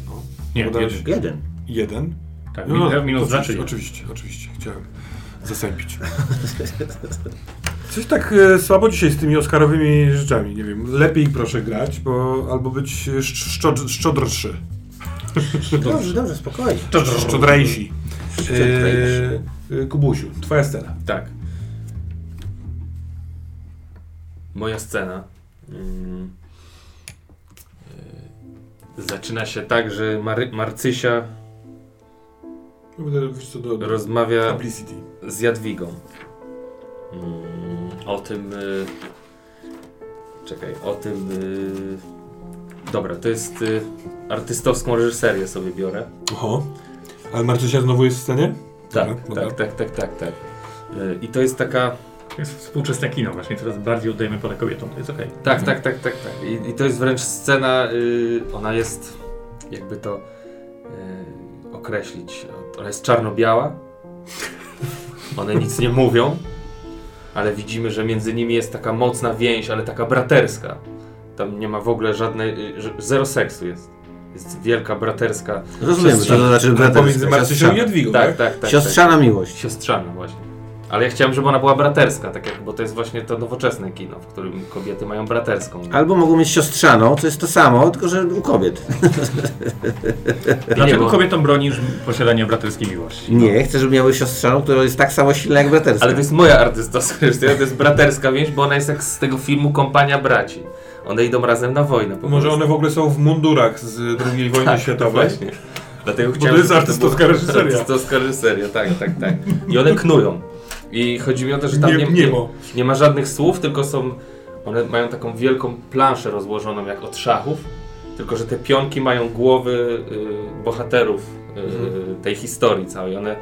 S3: Nie,
S5: Podałeś-
S3: jeden.
S2: Jeden.
S5: Jeden.
S3: Tak,
S5: No, no,
S3: min- minus dwa,
S5: oczywiście,
S3: czyli
S5: oczywiście, oczywiście, chciałem zasępić. Coś tak e, słabo dzisiaj z tymi Oscarowymi rzeczami, nie wiem. Lepiej proszę grać, bo albo być e, szcz- szczod- szczodrszy.
S2: Dobrze, dobrze, spokojnie.
S5: Szczodrejsi.
S2: Szczodrejsi.
S5: E, e, Kubusiu, twoja scena.
S6: Tak. Moja scena. Mm. Yy, Zaczyna się tak, że Mary- Marcysia
S5: No Wiesz co, do, do
S6: rozmawia
S5: Publicity.
S6: z Jadwigą. Mm, O tym. y, Czekaj, o tym. y, Dobra, to jest y, artystowską reżyserię sobie biorę.
S5: Oho. Ale Marcysia znowu jest w scenie?
S4: Tak,
S5: Dobra,
S4: tak, tak, tak, tak, tak. E, I to jest taka.
S3: To jest współczesne kino, właśnie coraz bardziej oddajemy pole kobietom, to jest okej.
S4: Tak, tak, tak, tak, tak. I, i to jest wręcz scena, y, ona jest, jakby to y, określić, ona jest czarno-biała, one nic nie mówią, ale widzimy, że między nimi jest taka mocna więź, ale taka braterska. Tam nie ma w ogóle żadnej, y, ż- zero seksu jest. Jest wielka braterska.
S2: Rozumiem, co to znaczy
S5: Ale
S2: braterska,
S5: Tak, pomiędzy Marcysią i
S2: siostrzana.
S5: Jadwigą,
S4: Tak,
S5: tak?
S4: tak, tak. tak
S2: Siostrzana miłość.
S4: Siostrzana właśnie. Ale ja chciałem, żeby ona była braterska, tak jak, bo to jest właśnie to nowoczesne kino, w którym kobiety mają braterską.
S2: Albo mogą mieć siostrzaną, co jest to samo, tylko że u kobiet.
S3: Dlaczego
S4: Nie, bo-
S3: kobietom bronisz posiadania braterskiej miłości?
S2: Nie, chcę, żeby miały siostrzaną, która jest tak samo silna jak braterska.
S4: Ale to jest moja artystowska rzecz, to jest braterska więź, bo ona jest jak z tego filmu Kompania Braci. One idą razem na wojnę. Po
S5: Może
S4: prostu.
S5: one w ogóle są w mundurach z II wojny
S4: Tak,
S5: światowej.
S4: Właśnie. Dlatego
S5: to
S4: chciałem.
S5: jest
S4: żeby
S5: artystowska
S4: była
S5: reżyseria.
S4: Artystowska reżyseria, tak, tak, tak. I one knują. I chodzi mi o to, że tam
S5: Nie-
S4: nie, nie, nie,
S5: niemo.
S4: ma żadnych słów, tylko są. One mają taką wielką planszę rozłożoną jak od szachów, tylko że te pionki mają głowy y, bohaterów y, tej historii całej. One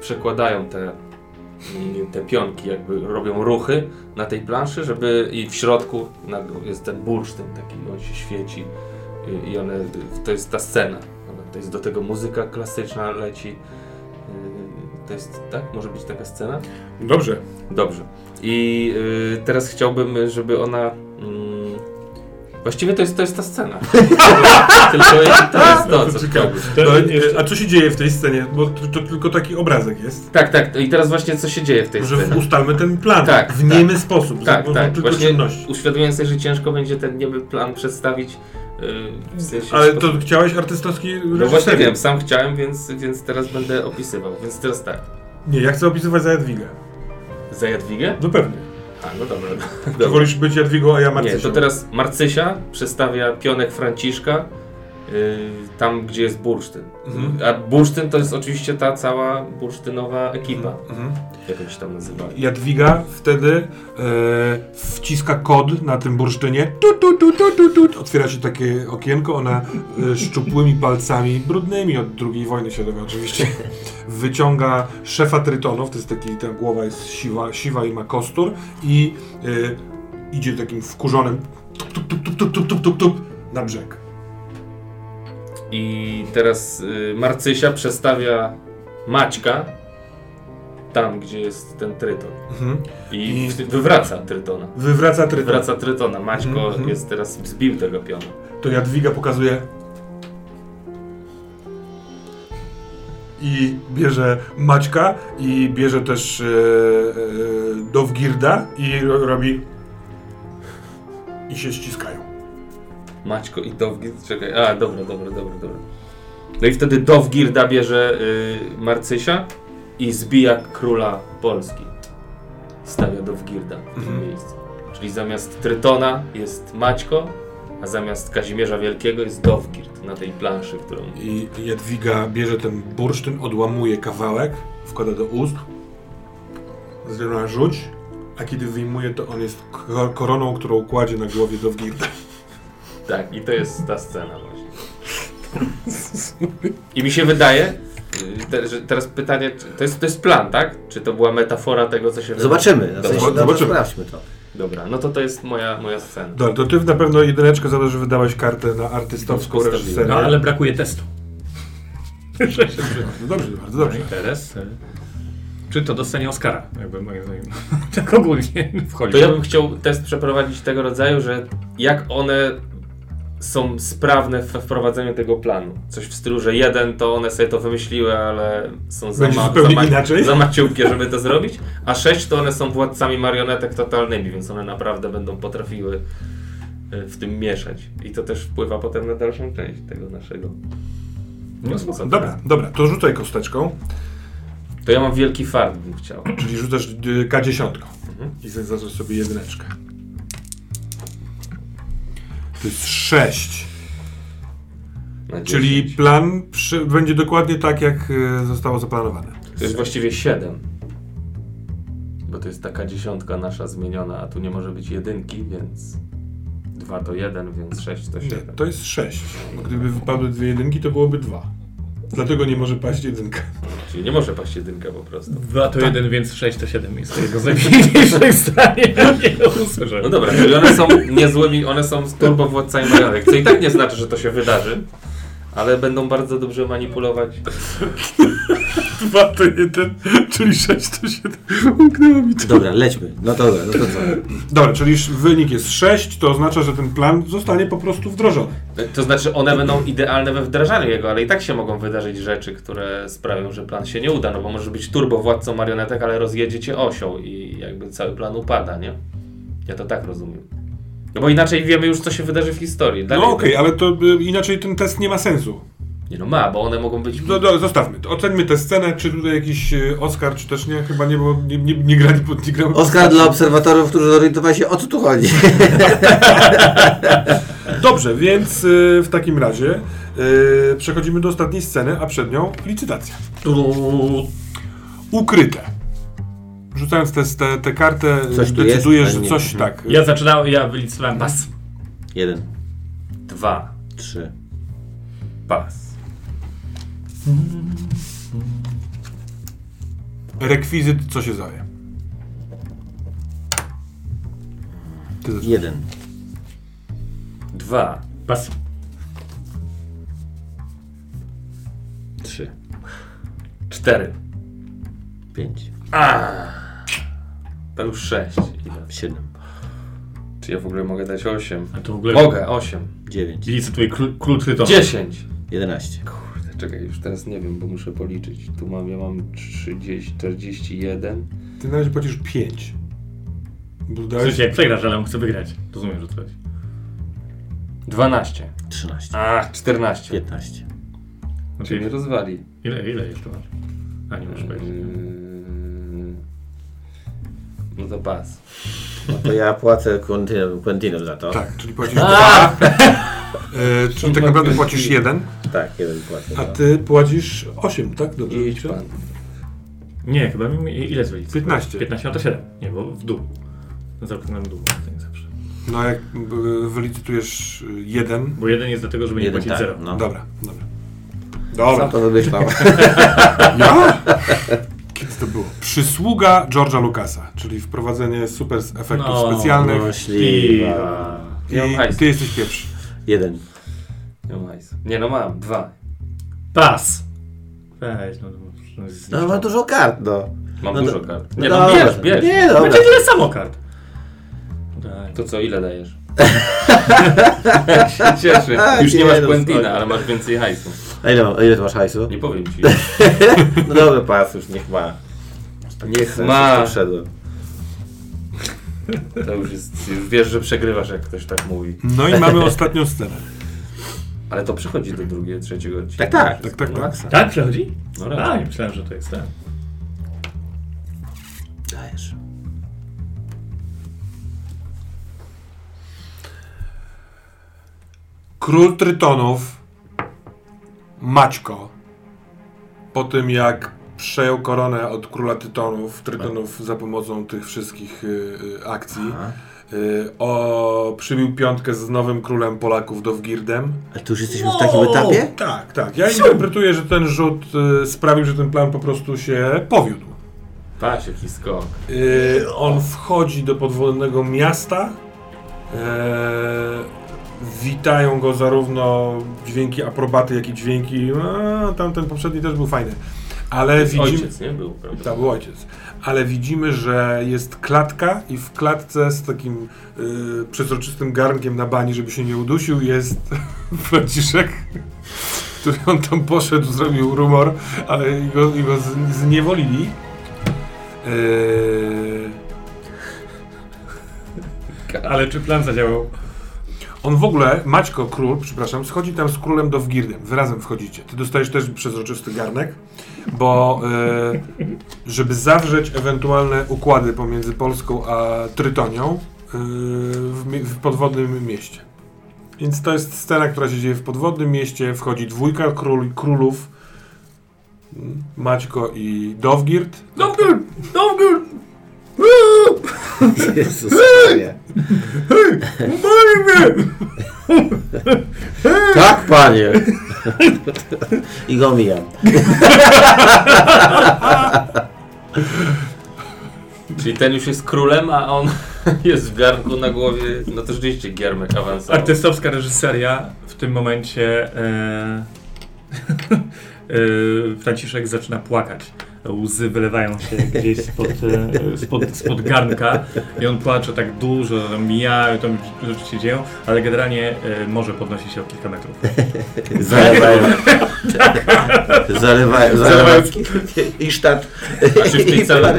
S4: przekładają te, y, te pionki, jakby robią ruchy na tej planszy, żeby i w środku na, jest ten bursztyn taki, on się świeci. y, I- I one, to jest ta scena. Ona- To jest do tego muzyka klasyczna leci. Yy, To jest, tak? Może być taka scena?
S5: Dobrze.
S4: Dobrze. I yy, teraz chciałbym, żeby ona... mm, Właściwie to jest, to jest ta scena. Tylko to jest to, co
S5: Tak, Ciekawe.
S4: chciałbym.
S5: No, e, a co się dzieje w tej scenie? Bo to, to tylko taki obrazek jest.
S4: Tak, tak. I teraz właśnie co się dzieje w tej
S5: Może
S4: scenie.
S5: w- ustalmy ten plan
S4: Tak,
S5: w niemy sposób,
S4: Tak,
S5: za
S4: tak.
S5: tylko
S4: Właśnie
S5: czynności.
S4: uświadomiłem sobie, że ciężko będzie ten niby plan przedstawić. Yy, w sensie
S5: Ale
S4: spo-
S5: to chciałeś artystowski
S4: No właśnie
S5: reżyserię.
S4: wiem, sam chciałem, więc, więc teraz będę opisywał. Więc teraz tak.
S5: Nie, ja chcę opisywać za Jadwigę.
S4: Za Jadwigę?
S5: No pewnie.
S4: A, no dobra.
S5: Czy
S4: dobra.
S5: wolisz być Jadwigą, a ja
S4: Nie,
S5: Marcysią?
S4: to teraz Marcysia przestawia pionek Franciszka yy, tam, gdzie jest bursztyn.
S5: Mhm.
S4: A bursztyn to jest oczywiście ta cała bursztynowa ekipa,
S5: Mhm.
S4: jak oni się tam nazywali.
S5: Jadwiga wtedy e, wciska kod na tym bursztynie. Tu, tu, tu, tu, tu, tu. Otwiera się takie okienko, ona e, szczupłymi palcami, brudnymi od II wojny światowej oczywiście, wyciąga szefa Trytonów, to jest taki, ta głowa jest siwa, siwa i ma kostur i e, idzie takim wkurzonym tup, tup, tup, tup, tup, tup, tup, tup, na brzeg.
S4: I teraz yy, Marcysia przestawia Maćka tam, gdzie jest ten tryton.
S5: Mhm.
S4: I,
S5: I-
S4: w- wywraca trytona.
S5: Wywraca Tryton.
S4: Wywraca trytona. Maćko
S5: Mhm.
S4: jest teraz zbił tego piona.
S5: To Jadwiga pokazuje. I bierze Maćka i bierze też e, e, Dowgirda i ro, robi. I się ściskają.
S4: Maćko i Dowgir, czekaj, a dobra, dobra, dobra, dobra. No i wtedy Dowgirda bierze y, Marcysia i zbija króla Polski. Stawia Dowgirda w tym
S5: Mhm.
S4: miejscu. Czyli zamiast Trytona jest Maćko, a zamiast Kazimierza Wielkiego jest Dowgird na tej planszy, którą...
S5: I Jadwiga bierze ten bursztyn, odłamuje kawałek, wkłada do ust, zaczyna rzuć, a kiedy wyjmuje, to on jest ko- koroną, którą kładzie na głowie Dowgirda.
S4: Tak, i to jest ta scena właśnie. I mi się wydaje, y, te, że teraz pytanie, czy- to jest, to jest plan, tak? Czy to była metafora tego, co się... wydarzy?
S2: Zobaczymy. Na
S4: Dobra,
S2: sensie, no,
S5: zobaczymy.
S2: Sprawdźmy to.
S4: dobra, no to to jest moja, moja scena.
S5: Dobra, to ty na pewno jedyneczkę za to, że wydałeś kartę na artystowską
S4: Ustawiłem.
S5: reżyserię.
S3: No ale brakuje testu.
S5: No dobrze, bardzo
S3: No
S5: dobrze.
S3: i teraz... e, Czy to dostanie Oscara? Jakby moim zdaniem. tak ogólnie wchodzi.
S4: To ja bym chciał test przeprowadzić tego rodzaju, że jak one są sprawne we wprowadzeniu tego planu. Coś w stylu, że jeden to one sobie to wymyśliły, ale są za,
S5: Będzie
S4: ma, za,
S5: zupełnie
S4: ma,
S5: inaczej?
S4: za maciupkie, żeby to zrobić, a sześć to one są władcami marionetek totalnymi, więc one naprawdę będą potrafiły y, w tym mieszać. I to też wpływa potem na dalszą część tego naszego.
S3: No spoko.
S5: Dobra, dobra, to rzucaj kosteczką,
S4: To ja mam wielki fart, bym chciał.
S5: czyli rzucasz y, K10
S7: Mhm.
S5: i zaznaczasz sobie jedyneczkę. To jest 6,
S4: na
S5: czyli
S4: 10.
S5: plan przy, będzie dokładnie tak, jak y, zostało zaplanowane.
S4: To jest właściwie 7. Bo to jest taka dziesiątka nasza zmieniona, a tu nie może być jedynki, więc 2 to 1, więc 6 to
S5: Nie,
S4: 7.
S5: to jest 6, bo gdyby wypadły dwie jedynki, to byłoby 2. Dlatego nie może paść jedynka.
S4: Czyli nie może paść jedynka po prostu.
S3: 2 to 1, więc 6 to tak 7 jest jego najpiękniejszej stanie. Nie usłyszę.
S4: No dobra, czyli one są niezłymi, one są turbowładcami marionetek, co i tak nie znaczy, że to się wydarzy, ale będą bardzo dobrze manipulować.
S7: Dwa to jeden, czyli sześć to siedem. Umknęło mi to.
S2: Dobra, lećmy. No to dobra, no to co?
S5: Dobra, czyli sz- wynik jest 6, to oznacza, że ten plan zostanie po prostu wdrożony.
S4: To znaczy one będą idealne we wdrażaniu jego, ale i tak się mogą wydarzyć rzeczy, które sprawią, że plan się nie uda, no bo może być turbowładcą marionetek, ale rozjedzie cię osią i jakby cały plan upada, nie? Ja to tak rozumiem. No bo inaczej wiemy już, co się wydarzy w historii. Dalej,
S7: tak.
S5: No okej, ale to y, inaczej ten test nie ma sensu.
S4: Nie no ma, bo one mogą być...
S5: No, no, zostawmy to. Oceńmy tę scenę, czy tutaj jakiś y, Oscar, czy też nie, chyba nie, bo nie, nie, nie grali pod nie grał.
S2: Oskar dla obserwatorów, którzy zorientowali się, o co tu chodzi.
S5: Dobrze, więc y, w takim razie y, przechodzimy do ostatniej sceny, a przed nią licytacja. Ukryte. Rzucając tę te, te kartę,
S2: Coś tu
S5: decydujesz,
S2: jest, a
S5: że
S2: nie. Mhm.
S5: coś tak.
S3: Ja zaczynałem, ja wylicytowałem pas.
S2: Jeden,
S4: Dwa.
S2: trzy.
S4: Pas.
S5: Rekwizyt, co się zaje. Ty zaczynasz.
S2: Jeden.
S4: Dwa.
S3: Pas.
S2: Trzy.
S4: Cztery.
S2: Pięć.
S4: To już sześć. Ile?
S2: Siedem.
S4: Czy ja w ogóle mogę dać osiem?
S3: A to w ogóle...
S4: Mogę, osiem.
S2: Dziewięć.
S3: Licytuję król, król Trytona.
S4: Dziesięć.
S2: Jedenaście.
S4: Kurde, czekaj, już teraz nie wiem, bo muszę policzyć. Tu mam, ja mam 30, 41.
S5: Ty na razie płacisz 5. Bo
S3: W
S5: dałeś...
S3: sensie jak przegrasz, ale on chce wygrać. Rozumiem, że to jest.
S4: 12.
S2: Trzynaście.
S4: A, 14.
S2: Piętnaście.
S4: Czyli
S3: Znaczy,
S4: mnie rozwali.
S3: ile, ile jeszcze masz? A nie możesz powiedzieć.
S4: Yy... No to pas.
S2: No to ja płacę Quentinem, Quentinem za to.
S5: Tak, czyli płacisz 2. E, czyli tak naprawdę płacisz 1,
S2: Tak, jeden płacę.
S5: a
S2: za.
S5: ty płacisz 8, tak? Dobrze.
S4: Idź pan.
S3: Nie, chyba mi... Ile zwylicytowałem?
S5: 15.
S3: 15, no to 7. Nie, bo w dół. Zamknąłem dół, to nie zawsze.
S5: No a jak y, wylicytujesz 1.
S3: Bo jeden jest do tego, żeby nie
S2: Jeden
S3: płacić
S2: tak,
S3: zero.
S2: no.
S5: Dobra, dobra.
S2: Sam
S5: Dobra.
S2: to wymyślał.
S5: Ja? Kiedy to było? Przysługa George'a Lucasa, czyli wprowadzenie super efektów
S3: No,
S5: specjalnych.
S2: Możliwa.
S4: Nie mam
S5: I
S4: hajsu.
S5: ty jesteś pierwszy.
S2: Jeden.
S4: Nie mam hajsu. Nie no mam, dwa.
S3: Pas! Weź, no... no,
S2: No ma dużo kart, no.
S4: Mam
S2: No
S4: dużo
S2: do-
S4: kart.
S2: no
S4: Nie no,
S2: dobra.
S4: bierz, bierz.
S2: Nie, dobra.
S3: Będzie tyle samo kart. Daj.
S4: To co, ile dajesz? się cieszy. Już nie,
S2: Nie,
S4: masz
S2: no,
S4: Quentina,
S2: spoko.
S4: ale masz więcej hajsu.
S2: A ile, ma- ile ty masz hajsu?
S4: Nie powiem ci.
S2: No dobra, pas już, niech ma. Niech
S4: ma.
S2: ma. Wszedłem.
S4: To już jest, już wiesz, że przegrywasz, jak ktoś tak mówi.
S5: No i mamy ostatnią scenę.
S4: Ale to przychodzi do drugiego, trzeciego odcinka.
S2: Tak, tak.
S5: Tak, tak, tak.
S3: Tak przechodzi?
S4: No
S3: A,
S4: raczej.
S3: nie myślałem, że to jest ten.
S2: Dajesz.
S5: Król Trytonów, Maćko, po tym jak przejął koronę od króla Tytonów, Trytonów za pomocą tych wszystkich y, y, akcji, y, o, przybił piątkę z nowym królem Polaków Dowgirdem.
S2: Ale tu już jesteśmy w takim etapie?
S5: Tak, tak. Ja interpretuję, że ten rzut y, sprawił, że ten plan po prostu się powiódł.
S4: Patrz, jaki skok.
S5: Yy, on wchodzi do podwodnego miasta. Yy, witają go zarówno dźwięki aprobaty, jak i dźwięki. A, tamten poprzedni też był fajny. Ale widzimy.
S4: Ojciec, nie? Był, prawda?
S5: To był ojciec. Ale widzimy, że jest klatka i w klatce z takim yy, przezroczystym garnkiem na bani, żeby się nie udusił, jest Franciszek, który on tam poszedł, zrobił rumor, ale go, go z, zniewolili. Yy,
S3: Ale czy plan zadziałał?
S5: on w ogóle, Maćko Król, przepraszam, schodzi tam z królem do Wgirdem. Wy razem wchodzicie. Ty dostajesz też przezroczysty garnek, bo yy, żeby zawrzeć ewentualne układy pomiędzy Polską a Trytonią yy, w, mi- w podwodnym mieście. Więc to jest scena, która się dzieje w podwodnym mieście. Wchodzi dwójka król, królów, mm, Maćko i Dowgird.
S3: Dobry! Dobry!
S2: Jezus Maria. No Tak, panie. I go omijam.
S4: Czyli ten już jest królem, a on jest w garnku na głowie. No to rzeczywiście giermek awansował.
S3: Artystowska reżyseria w tym momencie e, e, Franciszek zaczyna płakać. Łzy wylewają się gdzieś spod, e, spod, spod garnka i on płacze tak dużo, tam mijają, tam rzeczy się dzieją, ale generalnie e, może podnosi się o kilka metrów.
S2: Zalewają. Zalewają. Zalewają. I sztat.
S4: A czy w tej całej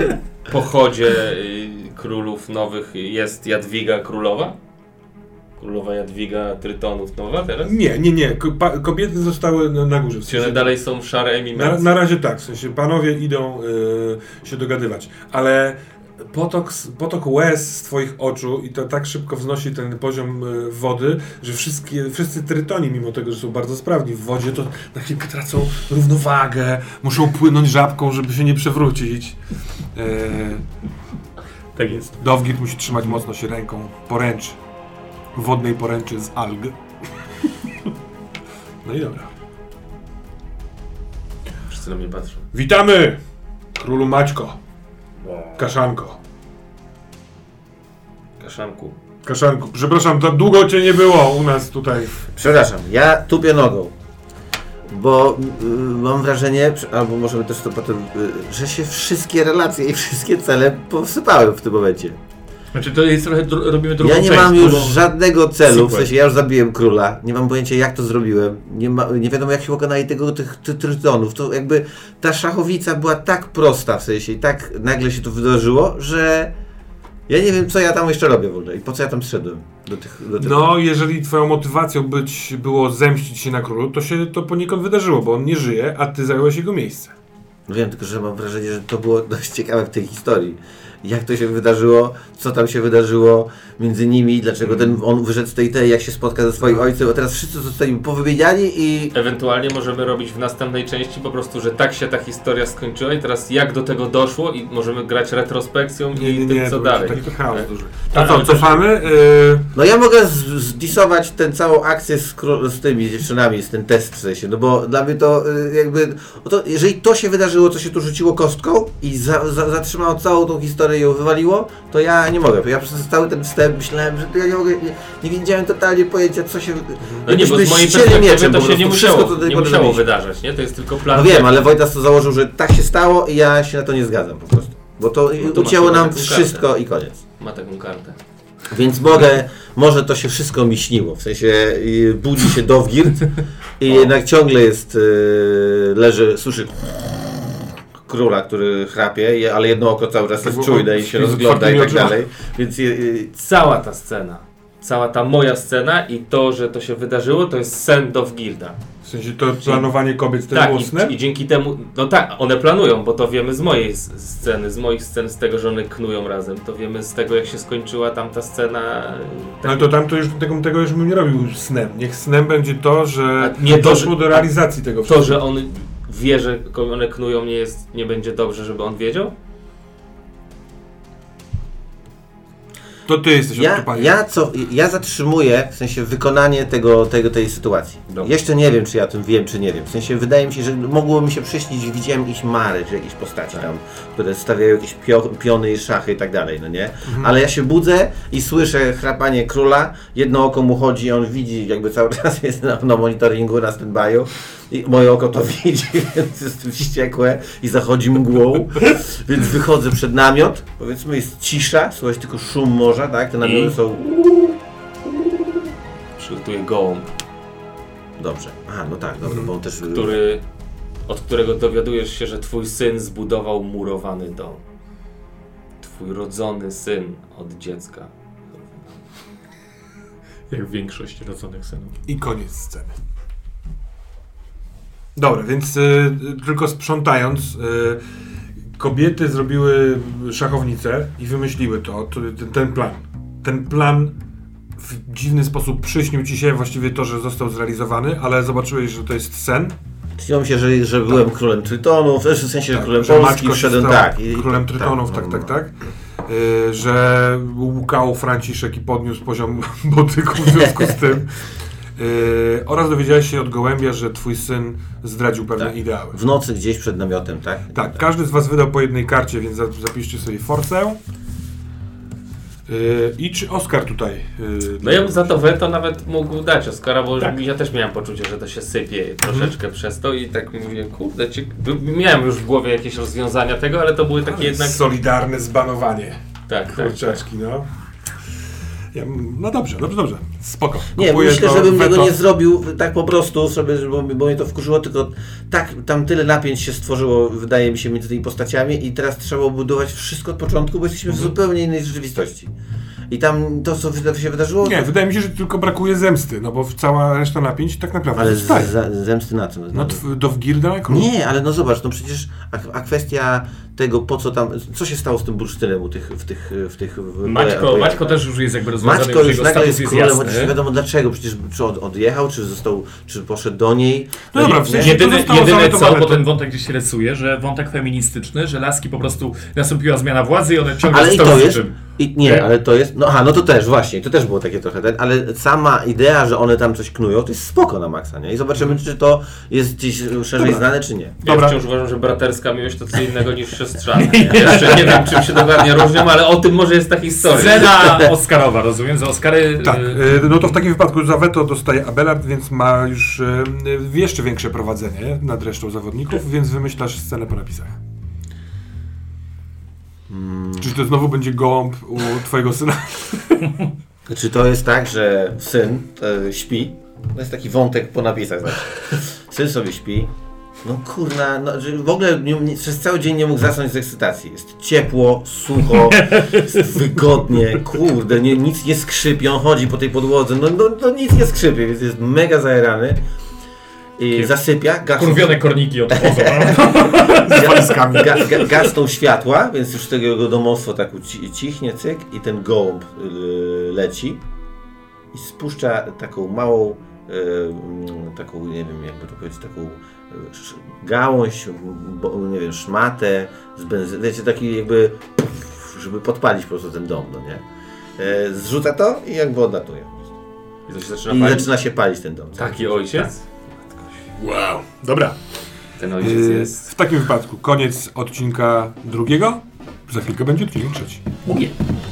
S4: pochodzie y, królów nowych jest Jadwiga Królowa? Królowa Jadwiga Trytonów Nowa teraz?
S5: Nie, nie, nie. Ko- pa- Kobiety zostały na, na górze. W
S4: Czy one
S5: sensie,
S4: dalej są szare
S5: na,
S4: emigracje?
S5: na razie tak, w sensie panowie idą y, się dogadywać, ale potok, s- potok łez z twoich oczu i to tak szybko wznosi ten poziom y, wody, że wszystkie, wszyscy trytoni, mimo tego, że są bardzo sprawni w wodzie, to na chwilkę tracą równowagę, muszą płynąć żabką, żeby się nie przewrócić. Y,
S3: Tak jest.
S5: Dowgit musi trzymać mocno się ręką poręczy. Wodnej poręczy z alg. No i dobra.
S4: Wszyscy na mnie patrzą.
S5: Witamy! Królu Maćko. Kaszanko.
S4: Kaszanku.
S5: Kaszanku, przepraszam, to długo cię nie było u nas tutaj.
S2: Przepraszam, ja tupię nogą. Bo y, mam wrażenie, przy- albo możemy też to potem, y, że się wszystkie relacje i wszystkie cele posypały w tym momencie.
S3: Znaczy to jest trochę, dru- robimy drugą
S2: Ja nie
S3: część,
S2: mam już
S3: drugą-
S2: żadnego celu, w
S3: Sequel.
S2: sensie ja już zabiłem króla, nie mam pojęcia jak to zrobiłem, nie, ma, nie wiadomo jak się pokonali tego, tych ty- trytonów, to jakby ta szachowica była tak prosta w sensie i tak nagle się to wydarzyło, że ja nie wiem co ja tam jeszcze robię w ogóle i po co ja tam szedłem do tych... Do tych
S5: No, jeżeli twoją motywacją być było zemścić się na królu, to się to poniekąd wydarzyło, bo on nie żyje, a ty zająłeś jego miejsce.
S2: Wiem, tylko że mam wrażenie, że to było dość ciekawe w tej historii. Jak to się wydarzyło, co tam się wydarzyło między nimi, dlaczego ten on wyszedł z tej tej, jak się spotka ze swoim ojcem, a teraz wszyscy zostali powymieniani i...
S4: Ewentualnie możemy robić w następnej części po prostu, że tak się ta historia skończyła i teraz jak do tego doszło i możemy grać retrospekcją i tym co
S5: to będzie
S4: dalej. Tak. No,
S5: Taki chaos duży. To co, cofamy? Y,
S2: No ja mogę z- zdisować tę całą akcję z, kró- z tymi dziewczynami, z ten test w sensie, no bo dla mnie to y, jakby... o To, jeżeli to się wydarzyło, co się tu rzuciło kostką i za, za, zatrzymało całą tą historię i ją wywaliło, to ja nie mogę. Ja przez cały ten wstęp myślałem, że to ja nie mogę... Nie, nie wiedziałem totalnie pojęcia, co się...
S4: No nie, bo
S2: Jakbyśmy
S4: z mojej
S2: ścieli
S4: perspektywy
S2: mieczem
S4: to
S2: po
S4: się nie
S2: prostu, wszystko
S4: musiało,
S2: tutaj
S4: nie
S2: może
S4: musiało
S2: mieć.
S4: wydarzać, nie? To jest tylko plan.
S2: No wiem, ale Wojtas to założył, że tak się stało i ja się na to nie zgadzam po prostu. Bo to
S4: No to
S2: ucięło
S4: masz
S2: nam
S4: taką
S2: wszystko i koniec.
S4: Ma taką kartę.
S2: Więc mogę, może to się wszystko mi śniło. W sensie y, budzi się Dowgirt i jednak ciągle jest, y, leży, słyszy króla, który chrapie, je- ale jedno oko cały czas jest
S5: Tak, bo
S2: czujne i
S5: on
S2: się
S5: z
S2: rozgląda i tak
S5: otwartymi oczyma.
S2: dalej. Więc je- y,
S4: Cała ta scena, cała ta moja scena i to, że to się wydarzyło, to jest sen Dovgilda.
S5: W sensie to planowanie kobiet
S4: Tak,
S5: to było snem?
S4: i, i dzięki temu, no tak, one planują, bo to wiemy z mojej s- sceny, z moich scen, z tego, że one knują razem, to wiemy z tego, jak się skończyła tamta scena. e,
S5: No Ale to tam to już tego, tego już bym nie robił snem. Niech snem będzie to, że
S4: A nie
S5: nie
S4: to,
S5: doszło
S4: że-
S5: do realizacji tego
S4: To,
S5: wszystkiego.
S4: że on wie, że kogo one knują, nie, jest, nie będzie dobrze, żeby on wiedział?
S5: To ty jesteś
S2: Ja,
S5: odkopany.
S2: ja, co, ja zatrzymuję w sensie wykonanie tego, tego, tej sytuacji.
S4: Dobra.
S2: Jeszcze nie wiem, czy ja o tym wiem, czy nie wiem. W sensie wydaje mi się, że mogło mi się przyśnić, widziałem jakieś mary, czy jakieś postaci tam, które stawiają jakieś pio, piony i szachy i tak dalej, no nie? Ale ja się budzę i słyszę chrapanie króla, jedno oko mu chodzi, on widzi, jakby cały czas jest na, na monitoringu, na standby'u. I moje oko to widzi, więc jest wściekłe i zachodzi mgłą. Więc wychodzę przed namiot, powiedzmy jest cisza, słychać tylko szum morza, tak? Te namioty są
S4: Przygotuję gołąb,
S2: Dobrze. Aha, no tak,
S5: Mhm.
S2: dobra, bo on też.
S4: który, od którego dowiadujesz się, że twój syn zbudował murowany dom. Twój rodzony syn od dziecka.
S3: Jak większość rodzonych synów.
S5: I koniec sceny. Dobra, więc y, tylko sprzątając, y, kobiety zrobiły szachownicę i wymyśliły to, to ten, ten plan. Ten plan w dziwny sposób przyśnił ci się, właściwie to, że został zrealizowany, ale zobaczyłeś, że to jest sen.
S2: Śniło mi się, że, że byłem królem Trytonów, w sensie
S5: Tak,
S2: królem
S5: że
S2: Polski,
S5: Maćko się
S2: wszedłem
S5: stał
S2: tak. i-
S5: królem Trytonów,
S2: no,
S5: tak, tak,
S2: no.
S5: tak. Y, że łukał Franciszek i podniósł poziom botyku w związku z tym. Yy, oraz dowiedziałeś się od gołębia, że twój syn zdradził pewne
S2: Tak.
S5: ideały.
S2: W nocy gdzieś przed namiotem, tak?
S5: Tak, każdy z was wydał po jednej karcie, więc za- zapiszcie sobie forcę. Yy, I czy Oskar tutaj? Yy,
S4: No ja bym za to weto nawet mógł dać Oscara, bo
S3: Tak.
S4: ja też miałem poczucie, że to się sypie troszeczkę przez to i tak mówię, kurde, cie... miałem już w głowie jakieś rozwiązania tego, ale to były takie
S5: Ale
S4: jednak...
S5: Solidarne zbanowanie.
S4: Tak, tak.
S5: Kurczaczki, no. Ja, bym- no dobrze, dobrze, dobrze. Spoko.
S2: Nie,
S5: Kupuję
S2: myślę,
S5: to
S2: żebym tego
S5: weto.
S2: nie zrobił tak po prostu, żeby, bo, bo mnie to wkurzyło, tylko tak, tam tyle napięć się stworzyło, wydaje mi się, między tymi postaciami i teraz trzeba budować wszystko od początku, bo jesteśmy w
S5: Mhm.
S2: zupełnie innej rzeczywistości. I tam to, co wyda- się wydarzyło,
S5: Nie, wydaje mi się, że tylko brakuje zemsty, no bo cała reszta napięć tak naprawdę
S2: ale z,
S5: zostaje.
S2: z, zemsty na czym?
S5: No tw- do Wgirda na król.
S2: Nie, ale no zobacz, no przecież a, a kwestia tego, po co tam, co się stało z tym bursztynem u tych, w tych, w tych... W,
S3: Maćko,
S2: pojazd-
S3: Maćko też już jest jakby rozwiązany,
S2: Maćko
S3: już
S2: już
S3: jego
S2: nagle
S3: status
S2: jest
S3: jest,
S2: królem, znaczy- chociaż nie
S3: jasny.
S2: wiadomo dlaczego, przecież czy od, odjechał, czy został, czy poszedł do niej.
S5: No dobra, w sensie to
S3: Jedyne,
S5: zostało
S3: jedyne co,
S5: zameldowane,
S3: bo
S5: to-
S3: ten wątek gdzieś się rysuje, że wątek feministyczny, że laski po prostu nastąpiła zmiana władzy i one ciągle
S2: Ale i
S3: stoją
S2: to
S3: przy
S2: jest.
S3: czym.
S2: I, nie, ale to jest. No aha, no to też, właśnie, to też było takie trochę ten, ale sama idea, że one tam coś knują, to jest spoko na maksa, nie? I zobaczymy, czy to jest gdzieś szerzej znane, czy nie.
S4: Ja
S5: Dobra.
S4: wciąż uważam, że braterska miłość to co innego niż siostrzana. Ja jeszcze nie wiem, czym się dokładnie różnią, ale o tym może jest ta historia.
S3: Scena Oscarowa, rozumiem, że Oscary...
S5: Tak,
S3: y,
S5: y, no to w takim wypadku za weto dostaje Abelard, więc ma już y, y, jeszcze większe prowadzenie nad resztą zawodników, więc wymyślasz scenę po napisach.
S2: Mm.
S5: Czy to znowu będzie gołąb u twojego syna?
S2: Czy to jest tak, że syn e, śpi? To jest taki wątek po napisach, znaczy. Syn sobie śpi. No kurna, no, że w ogóle nie, nie, przez cały dzień nie mógł zasnąć z ekscytacji. Jest ciepło, sucho, jest wygodnie, kurde, nie, nic nie skrzypie, on chodzi po tej podłodze, no, no, no nic nie skrzypie, więc jest mega zajerany. I zasypia, gaszą,
S3: Kurwione korniki odchodzą.
S2: ga, ga, ga, gasną światła, więc już tego jego domostwo tak uci, cichnie, cyk, i ten gołąb yy, leci i spuszcza taką małą, yy, mm, taką, nie wiem jakby to powiedzieć, taką yy, sz- gałąź, m, bo, nie wiem, szmatę z benzyny, wiecie, taki jakby, żeby podpalić po prostu ten dom, no nie? Yy, zrzuca to i jakby odlatuje.
S4: I to się
S2: I
S4: zaczyna palić.
S2: zaczyna się palić ten dom.
S4: Taki ojciec?
S5: Tak. Wow, dobra.
S4: Ten
S5: Y,
S4: ojciec jest...
S5: w takim wypadku koniec odcinka drugiego. Za chwilkę będzie odcinek trzeci.